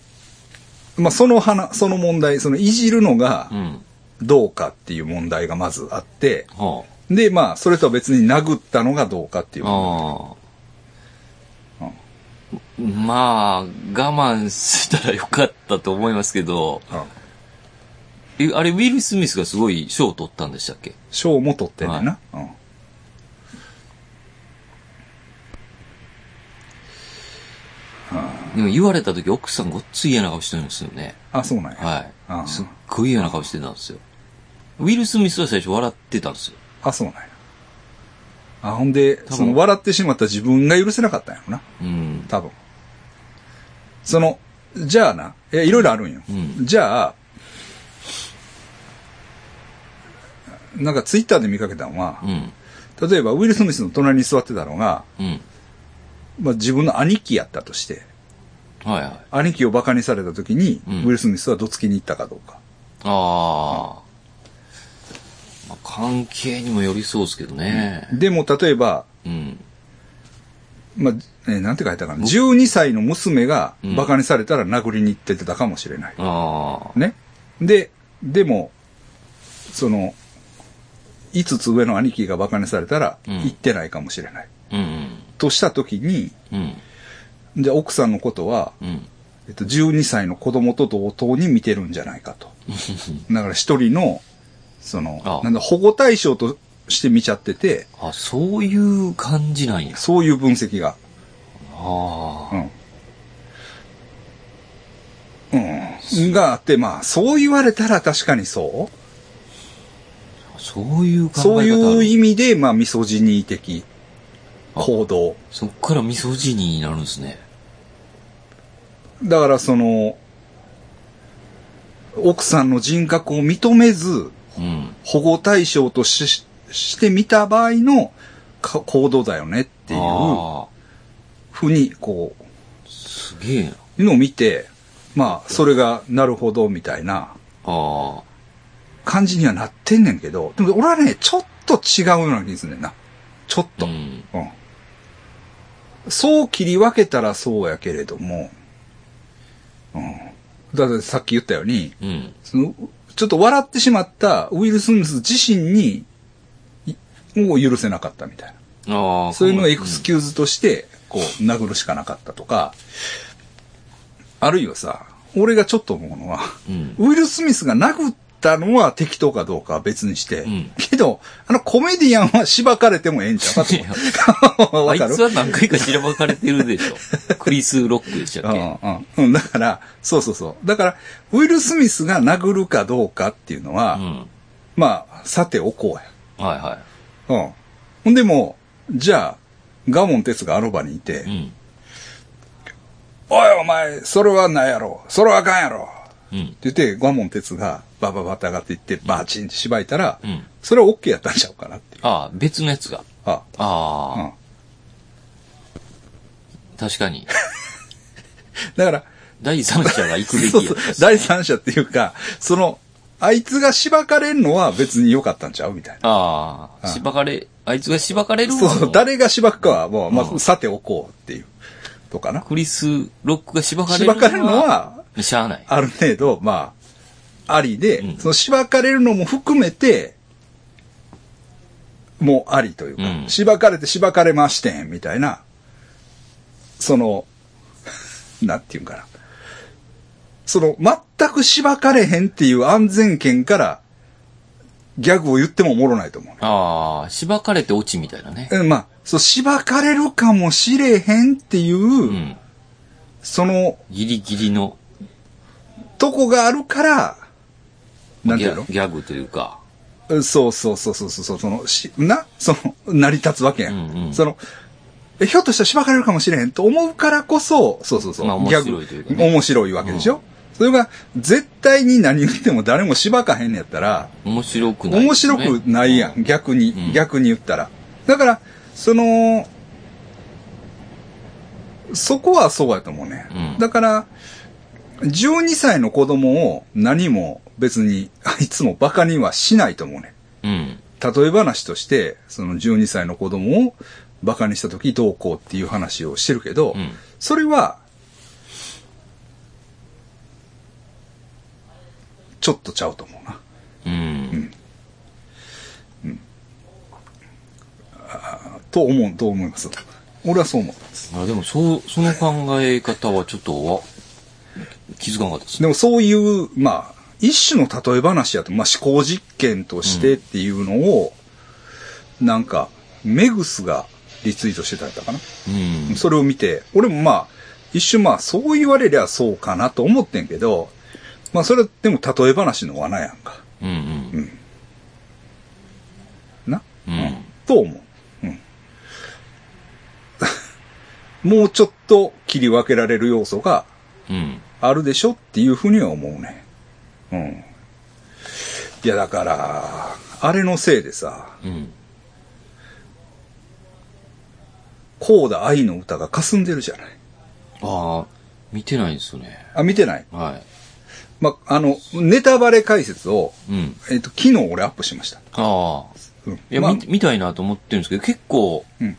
Speaker 1: あ、まあその花、その問題、そのいじるのが
Speaker 2: うん。
Speaker 1: どうかっていう問題がまずあって、
Speaker 2: は
Speaker 1: で、まあ、それとは別に殴ったのがどうかってい
Speaker 2: あ。
Speaker 1: う。
Speaker 2: ああ。まあ、我慢したらよかったと思いますけど、
Speaker 1: うん
Speaker 2: え、あれ、ウィル・スミスがすごい賞を取ったんでしたっけ
Speaker 1: 賞も取ってんねんな。うん
Speaker 2: でも言われた時奥さんごっつい嫌な顔してるんですよね。
Speaker 1: あ、そうなんや。
Speaker 2: は
Speaker 1: あ
Speaker 2: い。すっごい嫌な顔してたんですよ。ウィル・スミスは最初笑ってたんですよ。
Speaker 1: あ、そうなんや。あ、ほんで、
Speaker 2: 分
Speaker 1: その笑ってしまった自分が許せなかったんやろな。
Speaker 2: うん。
Speaker 1: 多分。その、じゃあな、え、いろいろあるんよ。
Speaker 2: うん
Speaker 1: じゃあ、なんかツイッターで見かけたのは
Speaker 2: う、ん。
Speaker 1: 例えばウィル・スミスの隣に座ってたのが、
Speaker 2: うん。
Speaker 1: まあ自分の兄貴やったとして、
Speaker 2: はいはい。あ
Speaker 1: 兄貴を馬鹿にされた時に、
Speaker 2: うん
Speaker 1: ウィル・スミスはどつきに行ったかどうか。
Speaker 2: あー。まあ、関係にもよりそうですけどね。
Speaker 1: でも例えば、
Speaker 2: うん。
Speaker 1: まあ、えーなんて書いたかな、12歳の娘が
Speaker 2: うん
Speaker 1: 馬鹿にされたら殴りに行ってたかもしれない。
Speaker 2: ああ。
Speaker 1: ね。で、でも、その、5つ上の兄貴が馬鹿にされたら、
Speaker 2: うん
Speaker 1: 行ってないかもしれない。
Speaker 2: うん
Speaker 1: としたときに、
Speaker 2: うん。うん。
Speaker 1: じゃあ奥さんのことは、
Speaker 2: うん。
Speaker 1: えっと、12歳の子供と同等に見てるんじゃないかと。だから一人の、その、
Speaker 2: ああ
Speaker 1: なんだ、保護対象として見ちゃってて、
Speaker 2: あ、そういう感じなんや。
Speaker 1: そういう分析が。
Speaker 2: あ
Speaker 1: うん。うん。があって、まあ、そう言われたら確かにそう
Speaker 2: あ。そういう考え方
Speaker 1: そういう
Speaker 2: う
Speaker 1: 意味で、まあ、ミソジニー的行動。
Speaker 2: そっからミソジニーになるんですね。
Speaker 1: だから、その、奥さんの人格を認めず、
Speaker 2: うん。
Speaker 1: 保護対象とししてみた場合のか行動だよねっていう
Speaker 2: あ
Speaker 1: ふうに、こ
Speaker 2: ーすげえな。
Speaker 1: う、いうのを見て、まあ、それが、なるほど、みたいな
Speaker 2: ああ。
Speaker 1: 感じにはなってんねんけど、でも俺はね、ちょっと違うような気がすんねんな。ちょっと。
Speaker 2: うん。
Speaker 1: うんそう切り分けたらそうやけれども、うん、だってさっき言ったように、
Speaker 2: うん。
Speaker 1: そのちょっと笑ってしまったウィル・スミス自身に、いもう許せなかったみたい
Speaker 2: ああ。
Speaker 1: な。そういうのをエ
Speaker 2: こ
Speaker 1: クスキューズとして、こう、殴るしかなかったとか、あるいはさ、俺がちょっと思うのは、
Speaker 2: うん。
Speaker 1: ウィル・スミスが殴ったのは適当かどうかは別にして、
Speaker 2: うん
Speaker 1: けど、あのコメディアンはしばかれてもええんちゃうかと思う。
Speaker 2: あ
Speaker 1: わ
Speaker 2: い
Speaker 1: かる
Speaker 2: つは何回か散らばかれてるでし ょ。クリス・ロックでしたっけ
Speaker 1: うんうんうん。だから、そうそうそう。だから、ウィル・スミスが殴るかどうかっていうのは、
Speaker 2: うん。
Speaker 1: まあ、さておこ
Speaker 2: はいは
Speaker 1: うや。うん。ほんでも、じゃあ、ガモン哲がアロバにいて、
Speaker 2: い。うん。
Speaker 1: おいお前、それはないやろ。それはあかんやろ。
Speaker 2: うん。
Speaker 1: って言って、ガモン哲がバババって上がっていって、バチンってしばいたら、
Speaker 2: うん。
Speaker 1: それは OK やったんちゃうかなっていう。
Speaker 2: ああ、別のやつが。
Speaker 1: あ、
Speaker 2: ああ。確かに。
Speaker 1: だから、
Speaker 2: 第三者が行くべき
Speaker 1: そう
Speaker 2: や
Speaker 1: そ
Speaker 2: っ
Speaker 1: う
Speaker 2: たっす。
Speaker 1: 第三者っていうか、その、あいつがしばかれんのは別に良かったんちゃうみたいな。
Speaker 2: ああ、しばかれ、あいつがしばかれるの
Speaker 1: そう、誰がしばくかはもう、ま
Speaker 2: う
Speaker 1: あ、さておこうっていう、とかな。
Speaker 2: クリス・ロックがしばかれ
Speaker 1: し
Speaker 2: る
Speaker 1: ば
Speaker 2: のは、
Speaker 1: かれるのは、
Speaker 2: しゃあない。
Speaker 1: ある程度、まあ、ありで、
Speaker 2: うん
Speaker 1: そのしばかれるのも含めて、もうありというか、
Speaker 2: うん
Speaker 1: しばかれてしばかれましてん、みたいな、その、 なんていうんかな。その、全くしばかれへんっていう安全圏から、ギャグを言ってもおもろないと思うね。
Speaker 2: ああ、しばかれて落ちみたいなね。
Speaker 1: うんまあ、そう、しばかれるかもしれへんっていう、
Speaker 2: うん。
Speaker 1: その、
Speaker 2: ギリギリの
Speaker 1: とこがあるから、
Speaker 2: ギ
Speaker 1: なんていう
Speaker 2: ャ
Speaker 1: の
Speaker 2: ギャグというか。
Speaker 1: そうそうそうそうそう、その、し、な、その、成り立つわけやん。
Speaker 2: うんうん
Speaker 1: その、えひょっとしたらしばかれるかもしれへんと思うからこそ、そうそうそう、
Speaker 2: まあ面白いというか
Speaker 1: ギ
Speaker 2: ね
Speaker 1: ャグ面白いわけでしょ、それが、絶対に何言っても誰もしばかへんのやったら、
Speaker 2: 面白くない、
Speaker 1: 面白くないやん、。逆に、
Speaker 2: うん
Speaker 1: 逆に言ったら。だから、その、そこはそうやと思うね。
Speaker 2: うん
Speaker 1: だから、12歳の子供を何も別に、あいつもバカにはしないと思うね。
Speaker 2: うん。
Speaker 1: 例え話として、その12歳の子供をバカにした時どうこうっていう話をしてるけど、
Speaker 2: うん
Speaker 1: それは、ちょっとちゃうと思うな。
Speaker 2: うん。
Speaker 1: と思う、と思います。俺はそう思う。
Speaker 2: あでも、そう、その考え方はちょっと、わ気づかなかったですね。
Speaker 1: でもそういう、まあ、一種の例え話やと、まあ思考実験としてっていうのを、なんか、メグスがリツイートしてたやったかな。
Speaker 2: うん。
Speaker 1: それを見て、俺もまあ、一瞬まあ、そう言われりゃそうかなと思ってんけど、まあ、それはでも例え話の罠やんか。
Speaker 2: うんうん。
Speaker 1: な。
Speaker 2: うん。
Speaker 1: と思う。うん。 もうちょっと切り分けられる要素が
Speaker 2: うん。
Speaker 1: あるでしょっていうふうには思うね。うん。いや、だから、あれのせいでさ、
Speaker 2: うん。
Speaker 1: コーダ愛の歌が霞んでるじゃない。
Speaker 2: ああ、見てないんですよね。
Speaker 1: あ、見てない。
Speaker 2: は
Speaker 1: ま、あの、ネタバレ解説を、
Speaker 2: い。うん。
Speaker 1: えっ、と、昨日俺アップしました。
Speaker 2: ああ。
Speaker 1: うん。
Speaker 2: いや、
Speaker 1: まあ
Speaker 2: み見たいなと思ってるんですけど、結構、
Speaker 1: うん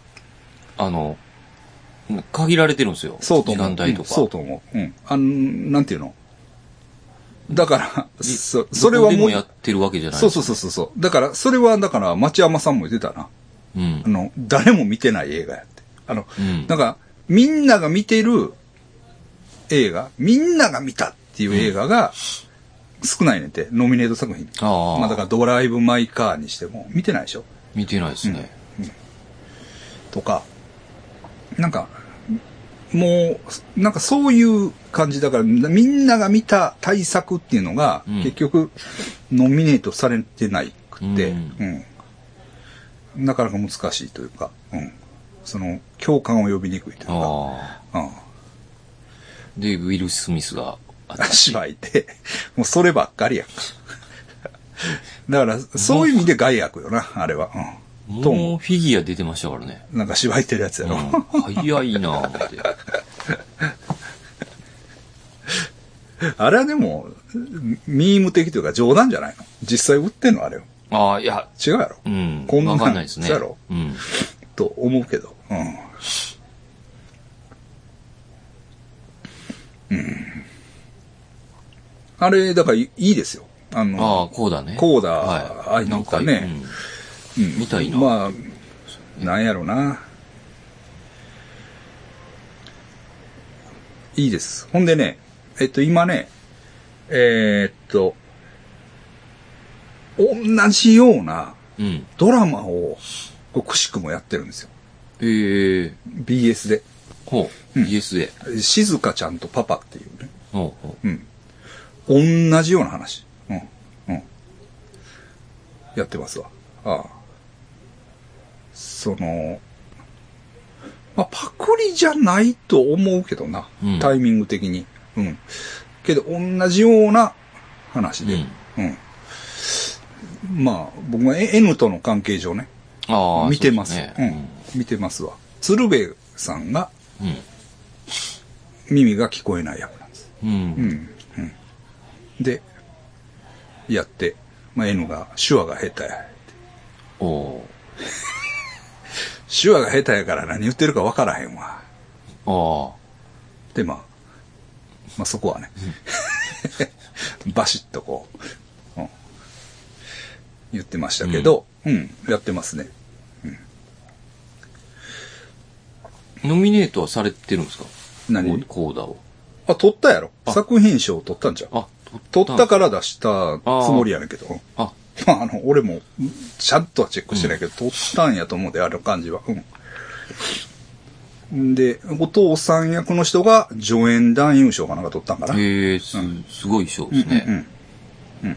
Speaker 2: あの、限られてるんですよ。
Speaker 1: そうと思う。
Speaker 2: 時間帯と
Speaker 1: うん
Speaker 2: か。
Speaker 1: そうと思う。うん。あの、なんていうのだから、
Speaker 2: じ
Speaker 1: そ、それは
Speaker 2: どこで
Speaker 1: も
Speaker 2: も
Speaker 1: う、
Speaker 2: やってるわけじゃない。
Speaker 1: そうそうそうそうそう。だから、それは、だから、町山さんも言ってたな。
Speaker 2: う。うん
Speaker 1: あ。の、誰も見てない映画やって。あの、
Speaker 2: うん
Speaker 1: なんか、みんなが見てる映画、みんなが見たっていう映画が少ないねんて、ノミネート作品。
Speaker 2: ああ。
Speaker 1: まあだからドライブ・マイ・カーにしても見てないでしょ
Speaker 2: 見てないですね。
Speaker 1: とか、なんか、もう、なんかそういう感じだから、みんなが見た対策っていうのが、
Speaker 2: うん
Speaker 1: 結局、ノミネートされてないくて、
Speaker 2: うん
Speaker 1: うんなかなか難しいというか、うんその、共感を呼びにくいというか、
Speaker 2: ああ。
Speaker 1: うん
Speaker 2: で、ウィル・スミスが、あ
Speaker 1: 芝居って、もうそればっかりやんか。だから、そういう意味で害悪よな、あれは。うん。と
Speaker 2: も
Speaker 1: 思
Speaker 2: うフィギュア出てましたからね。
Speaker 1: うなんか芝居ってるやつや
Speaker 2: う
Speaker 1: ろ。
Speaker 2: ん。早いなぁ思って。
Speaker 1: あれはでも、ミーム的というか冗談じゃないの実際売ってんのあれを。
Speaker 2: ああ、いや、
Speaker 1: 違うやろ
Speaker 2: うん。
Speaker 1: こんなん
Speaker 2: わかんないですね。
Speaker 1: そうやろ
Speaker 2: うん。
Speaker 1: と思うけど。うん。うん。あれ、だからいいいですよ。あの、
Speaker 2: ああ、こうだね。
Speaker 1: こうだ
Speaker 2: は
Speaker 1: あ
Speaker 2: い。
Speaker 1: なんかね
Speaker 2: うん見たいな。
Speaker 1: まあ、なんやろな。いいです。ほんでね、えっと、今ね、えーっと、同じような
Speaker 2: うん。
Speaker 1: ドラマを、こうくしくもやってるんですよ。
Speaker 2: ええ
Speaker 1: BS で。
Speaker 2: ほう。USA。
Speaker 1: 静香ちゃんとパパっていうね。
Speaker 2: ほうほ
Speaker 1: うん。同じような話。うん。うん。やってますわ。ああ。その、まあ、パクリじゃないと思うけどな。
Speaker 2: うん
Speaker 1: タイミング的に。うん。けど、同じような話で。うん。まあ、僕は N との関係上ね、
Speaker 2: う。ああ。
Speaker 1: 見てます。
Speaker 2: そうですね
Speaker 1: うん。見てますわ。鶴瓶さんが
Speaker 2: うん。
Speaker 1: 耳が聞こえない役なんです。
Speaker 2: うん。
Speaker 1: で、やって、まあ、N が、手話が下手や。
Speaker 2: お
Speaker 1: 手話が下手やから何言ってるか分からへんわ。
Speaker 2: おあ
Speaker 1: で、まあ、まあそこは ね、バシッとこう、うん言ってましたけど、うん、やってますね。
Speaker 2: あ。ノミネートはされてるんですか
Speaker 1: 何
Speaker 2: コーダを。
Speaker 1: あ、取ったやろ。
Speaker 2: あ
Speaker 1: 作品賞取ったんじゃん。
Speaker 2: あ、。
Speaker 1: 取ったからら出したつもりやねんけど。うん
Speaker 2: あ、
Speaker 1: まあ、あの、俺も、ちゃんとはチェックしてないけど、取ったんやと思うで、あの感じは。うん。で、お父さん役の人が助演男優賞かなんか取ったんかな。
Speaker 2: へえ、す、すごい賞です
Speaker 1: うんう
Speaker 2: ね。
Speaker 1: ん。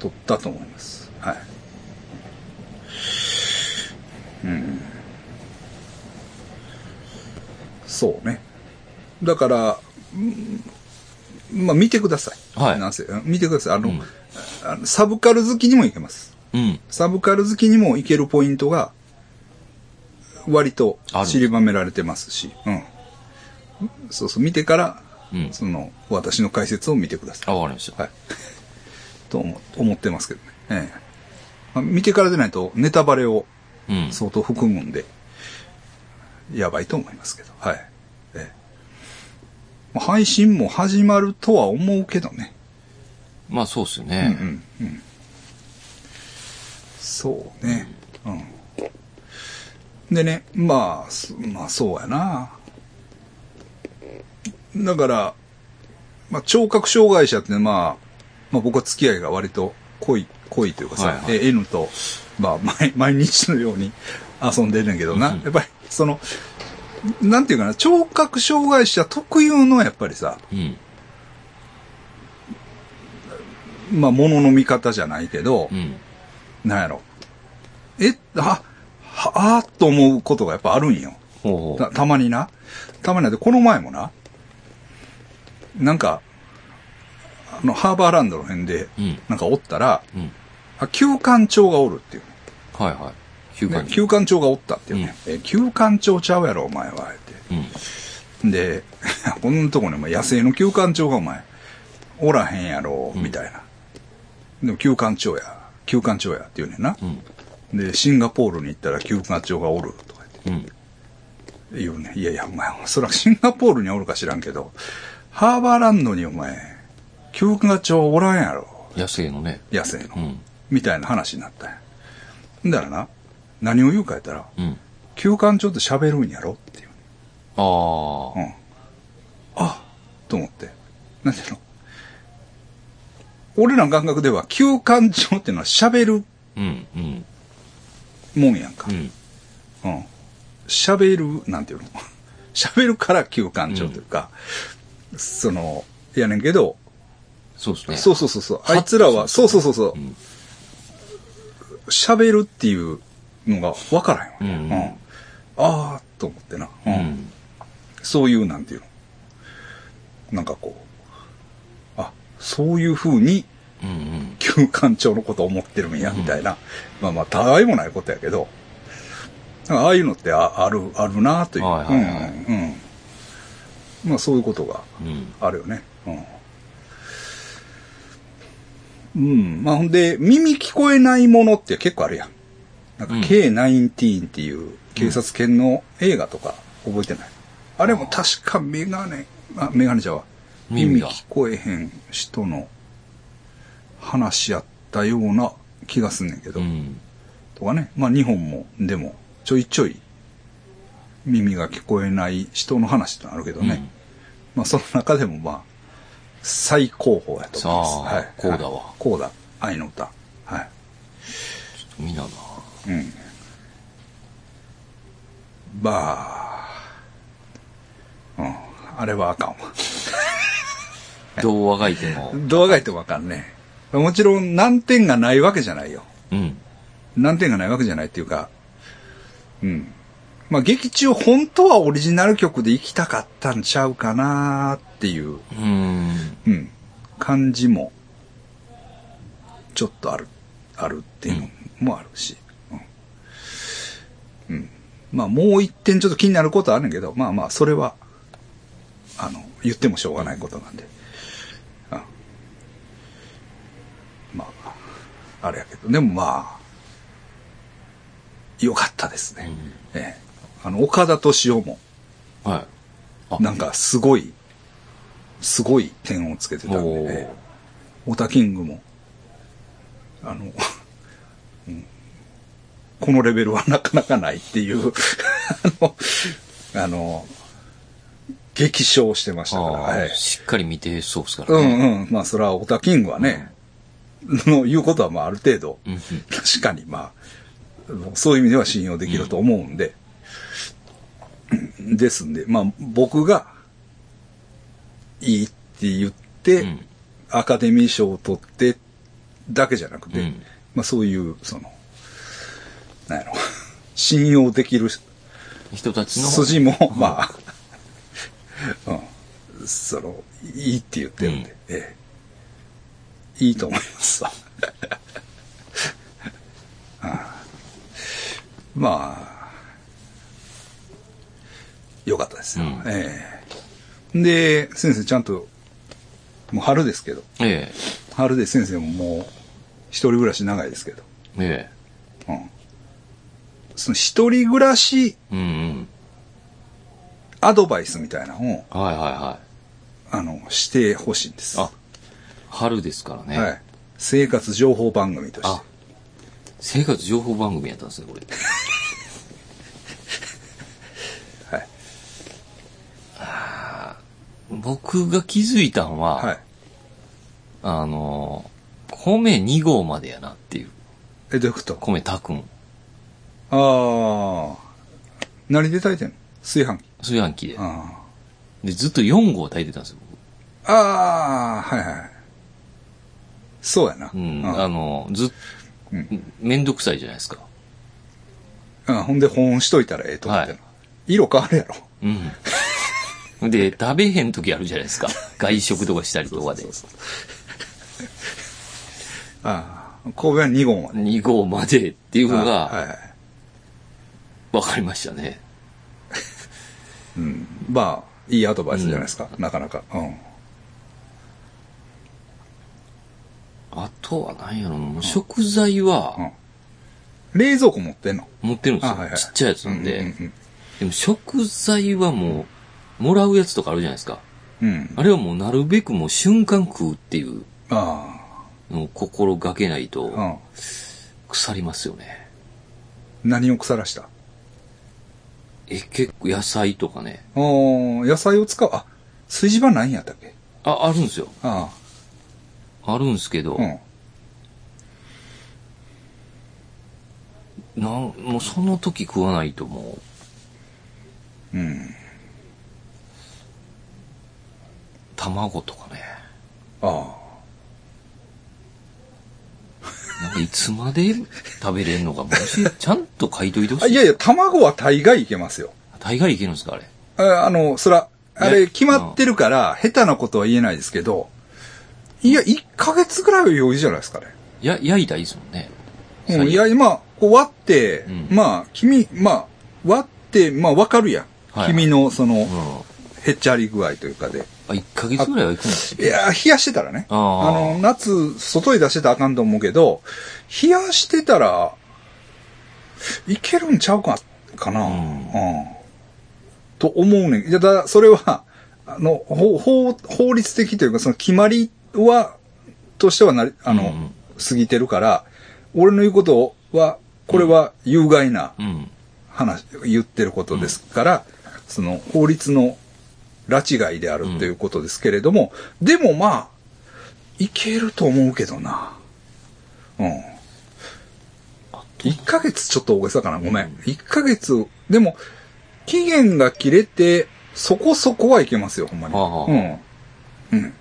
Speaker 1: 取ったと思います。はい。うん。そうね。だから、うんまあ見てください。
Speaker 2: はい
Speaker 1: なんせ、うん見てください。あの、
Speaker 2: うん
Speaker 1: あのサブカル好きにもいけます。
Speaker 2: うん。
Speaker 1: サブカル好きにもいけるポイントが、割と
Speaker 2: ある
Speaker 1: 散りばめられてますし、うん。そうそう、見てから、
Speaker 2: うん。
Speaker 1: その、私の解説を見てくださ
Speaker 2: あ、わかりました。
Speaker 1: い。はい。と思思ってますけどね。ええまあ見てからでないと、ネタバレを
Speaker 2: うん。
Speaker 1: 相当含むんで、やばいと思いますけど。はい。ええまあ配信も始まるとは思うけどね。
Speaker 2: まあそうっすよ
Speaker 1: うんう
Speaker 2: ね。
Speaker 1: んうん。そうね。うん。でね、まあ、そまあそうやな。だから、まあ聴覚障害者ってまあ、まあ僕は付き合いが割と濃い、濃いというかさ、
Speaker 2: はいはい
Speaker 1: え N と、まあ毎 毎日のように遊んでるんだけどな。
Speaker 2: うん
Speaker 1: やっぱり、その、なんていうかな、聴覚障害者特有のやっぱりさ、
Speaker 2: うん。
Speaker 1: まあ物の見方じゃないけど、
Speaker 2: うん。
Speaker 1: なんやろ。え、あ、は、あーっと思うことがやっぱあるんよ。
Speaker 2: ほうほ
Speaker 1: た、たまにな。たまになで、この前もな、なんか、あの、ハーバーランドの辺で、
Speaker 2: う。うん。
Speaker 1: なんかおったら、
Speaker 2: うん。
Speaker 1: あ、休館長がおるっていう。
Speaker 2: はいはい。休
Speaker 1: ね
Speaker 2: 館、日。
Speaker 1: 休館長がおったっていうね。え、休館長ちゃうやろ、お前は。って。
Speaker 2: うん。
Speaker 1: で、 こんなとこにお前野生の旧館長がお前、おらへんやろ、
Speaker 2: うん
Speaker 1: みたいな。でも旧館長や、旧館長やって言うねんな
Speaker 2: う。ん。
Speaker 1: で、シンガポールに行ったら旧館長がおるとか
Speaker 2: うん。
Speaker 1: 言って言うね。いやいや、お前、そらシンガポールにおるか知らんけど、ハーバーランドにお前、旧館長おらんやろ、
Speaker 2: 野生のね。
Speaker 1: 野生の。
Speaker 2: うん。
Speaker 1: みたいな話になったんや。だからな、何を言うかやったら、
Speaker 2: うん。
Speaker 1: 旧館長って喋るんやろっていう。
Speaker 2: ああ。
Speaker 1: うん。あと思って。なんていうの俺らの感覚では、休館長っていうのは喋る
Speaker 2: うん。うん。
Speaker 1: もんやんか
Speaker 2: う。ん。
Speaker 1: うん。喋、る、なんていうの 喋るから休館長というか、その、やねんけど、
Speaker 2: そうっすね。。
Speaker 1: そううそうそうそう、あいつらは、そうそうそうそう
Speaker 2: うん、
Speaker 1: 喋るっていうのが分からへんわ、
Speaker 2: うん
Speaker 1: ああーと思ってな。
Speaker 2: う
Speaker 1: うん
Speaker 2: ん。
Speaker 1: そういう、なんていうの。なんかこう、あ、そういう風に、
Speaker 2: うん。うん。
Speaker 1: 旧館長のことを思ってるんや、みたいな。まあまあ、たわいもないことやけど、なんかああいうのってあある、あるなという。
Speaker 2: はいはいはい
Speaker 1: うんうん。まあ、そういうことが
Speaker 2: うん。
Speaker 1: あるよね。うん。うん。まあ、ほんで、耳聞こえないものって結構あるやん。なんか
Speaker 2: うん、
Speaker 1: K-19 っていう警察犬の映画とか覚えてない。あれも確かメガネ、あ、メガネじゃわ。
Speaker 2: 耳
Speaker 1: 耳
Speaker 2: が
Speaker 1: 聞こえへん人の話やったような気がすんねんけど。
Speaker 2: うん。
Speaker 1: とかね。まあ、日本も、でも、ちょいちょい、耳が聞こえない人の話ってのあるけどね。
Speaker 2: うん
Speaker 1: まあ、その中でもまあ、最高峰やと思います。
Speaker 2: さあ
Speaker 1: はい。
Speaker 2: こうだわ
Speaker 1: はいこうだ。愛の歌。はい。
Speaker 2: ちょっと見なな。
Speaker 1: うん。まあ、うん。あれはあかんわ。
Speaker 2: どうあがいても。
Speaker 1: どうがいてもあかんね。もちろん難点がないわけじゃないよ。
Speaker 2: うん。
Speaker 1: 難点がないわけじゃないっていうか、うん。まあ劇中本当はオリジナル曲で行きたかったんちゃうかなっていう
Speaker 2: うん。
Speaker 1: うん、感じも、ちょっとある、あるっていうのもあるし。うん。うんまあ、もう一点ちょっと気になることあるんやけど、まあまあ、それは、あの、言ってもしょうがないことなんで。うんまあ、あれやけど、でもまあ、よかったですね。ええあの、岡田敏夫も、
Speaker 2: はい。あ
Speaker 1: なんかすごい、すごい点をつけてたん
Speaker 2: お
Speaker 1: で、
Speaker 2: ー
Speaker 1: ええオタキングも、あの、うん このレベルはなかなかないっていう、 あの、あの、激賞してましたから、
Speaker 2: あ
Speaker 1: は
Speaker 2: ー
Speaker 1: い
Speaker 2: しっかり見てそうですから
Speaker 1: う
Speaker 2: ね。
Speaker 1: んうん。まあ、それはオタキングはね、の言うことはまあ、ある程度、
Speaker 2: うんうん
Speaker 1: 確かにまあ、あのそういう意味では信用できると思うんで、ですんで、まあ、僕が、いいって言って、
Speaker 2: うん
Speaker 1: アカデミー賞を取って、だけじゃなくて、
Speaker 2: うん
Speaker 1: まあ、そういう、その、なんやろ、信用できる
Speaker 2: 人たちの。
Speaker 1: 筋も、まあ、 うん、その、いいって言ってるんで、
Speaker 2: うん
Speaker 1: ええ、いいと思い ますわ。うんまあ、よかったですよ。
Speaker 2: うん
Speaker 1: ええで、先生ちゃんと、もう春ですけど、
Speaker 2: え
Speaker 1: 春で先生ももう、一人暮らし長いですけど、
Speaker 2: え。
Speaker 1: う
Speaker 2: え
Speaker 1: ん。その一人暮らし
Speaker 2: え。うんうん。
Speaker 1: アドバイスみたいなのを、
Speaker 2: はいはいはい。
Speaker 1: あの、してほしいんです。
Speaker 2: あ、春ですからね。
Speaker 1: はい。生活情報番組とし
Speaker 2: あ
Speaker 1: て。、
Speaker 2: 生活情報番組やったんですね、これ。
Speaker 1: はい。
Speaker 2: 僕が気づいたのは、
Speaker 1: はい。
Speaker 2: あの、米2号までやなっていう。
Speaker 1: え、どういうこと
Speaker 2: 米炊くん。
Speaker 1: ああ。何で炊いてんの炊飯器。
Speaker 2: 炊飯器で。
Speaker 1: あ
Speaker 2: で、ずっと4号炊いてたんですよ、
Speaker 1: あ。ああ、はいはい。そうやな。
Speaker 2: 僕。うん。
Speaker 1: あ
Speaker 2: あの、ずっ、めんどくさいじゃないですか。
Speaker 1: あほんで保温しといたらええと思ってんの
Speaker 2: は
Speaker 1: 色変わるやろ。
Speaker 2: うん。 で、食べへん時あるじゃないです か。外食とかしたりとかで。
Speaker 1: ああ。神戸は2号まで。
Speaker 2: 2号までっていう
Speaker 1: あ
Speaker 2: の
Speaker 1: あはい
Speaker 2: が、
Speaker 1: はい。
Speaker 2: わかりましたね。
Speaker 1: まあ、いいアドバイスじゃないですか。なかなか。うん。
Speaker 2: あとは何やろな、食材は
Speaker 1: うん冷蔵庫持ってんの
Speaker 2: 持ってるんですよ。
Speaker 1: あはいはい
Speaker 2: ちっちゃいやつなんで。
Speaker 1: うんうん
Speaker 2: でも食材はもう、もらうやつとかあるじゃないですか。
Speaker 1: うん。うん。
Speaker 2: あれはもうなるべくもう瞬間食うっていう
Speaker 1: あ
Speaker 2: のを心がけない
Speaker 1: あ。う
Speaker 2: と、
Speaker 1: ん。
Speaker 2: 腐りますよね。
Speaker 1: 何を腐らした
Speaker 2: え、結構野菜とかね。
Speaker 1: お野菜を使う。あ、炊事場ないんやったっけ
Speaker 2: あ、あるんですよ。
Speaker 1: あ
Speaker 2: あるんですけど、
Speaker 1: あ。うん。
Speaker 2: なんもうその時食わないともう、
Speaker 1: うん。
Speaker 2: 卵とかね。
Speaker 1: あ
Speaker 2: なんかいつまで食べれんのか、もし、 ちゃんと書いといてほ
Speaker 1: あ。
Speaker 2: しい。
Speaker 1: いやいや、卵は大概いけますよ。
Speaker 2: 大概いけるんですか、あれ。
Speaker 1: ああの、そら、あれ
Speaker 2: ね
Speaker 1: 決まってるから、下手なことは言えないですけど、いや、1ヶ月ぐらいは余裕じゃないですかね。
Speaker 2: や、焼いたらいいですもんね。
Speaker 1: うん、い
Speaker 2: 最悪
Speaker 1: や、今、こう割って、
Speaker 2: うん
Speaker 1: まあ、君、まあ、割って、まあ、わかるやん。
Speaker 2: はい
Speaker 1: 君の、その
Speaker 2: う、ん。あ、
Speaker 1: へっちゃり具合というかで。
Speaker 2: 1ヶ月ぐらいはいくんです
Speaker 1: いや、冷やしてたらね。
Speaker 2: あ
Speaker 1: あ
Speaker 2: ー
Speaker 1: の、夏、外へ出してたらあかんと思うけど、冷やしてたら、いけるんちゃうか、かな。う
Speaker 2: うんん。
Speaker 1: と思うねん。いや、だ、それは、あの、法、法法律的というか、その決まりは、としてはなり、あの、
Speaker 2: うんうん
Speaker 1: 過ぎてるから、俺の言うことは、これは有害な
Speaker 2: うん。
Speaker 1: 話、言ってることですから、その法律の拉致外であるということですけれども、でもまあ、いけると思うけどな。うん。1ヶ月ちょっと大げさかな、ごめん。1ヶ月、でも、期限が切れて、そこそこはいけますよ、ほんまに。
Speaker 2: はあはあ
Speaker 1: うん。うん。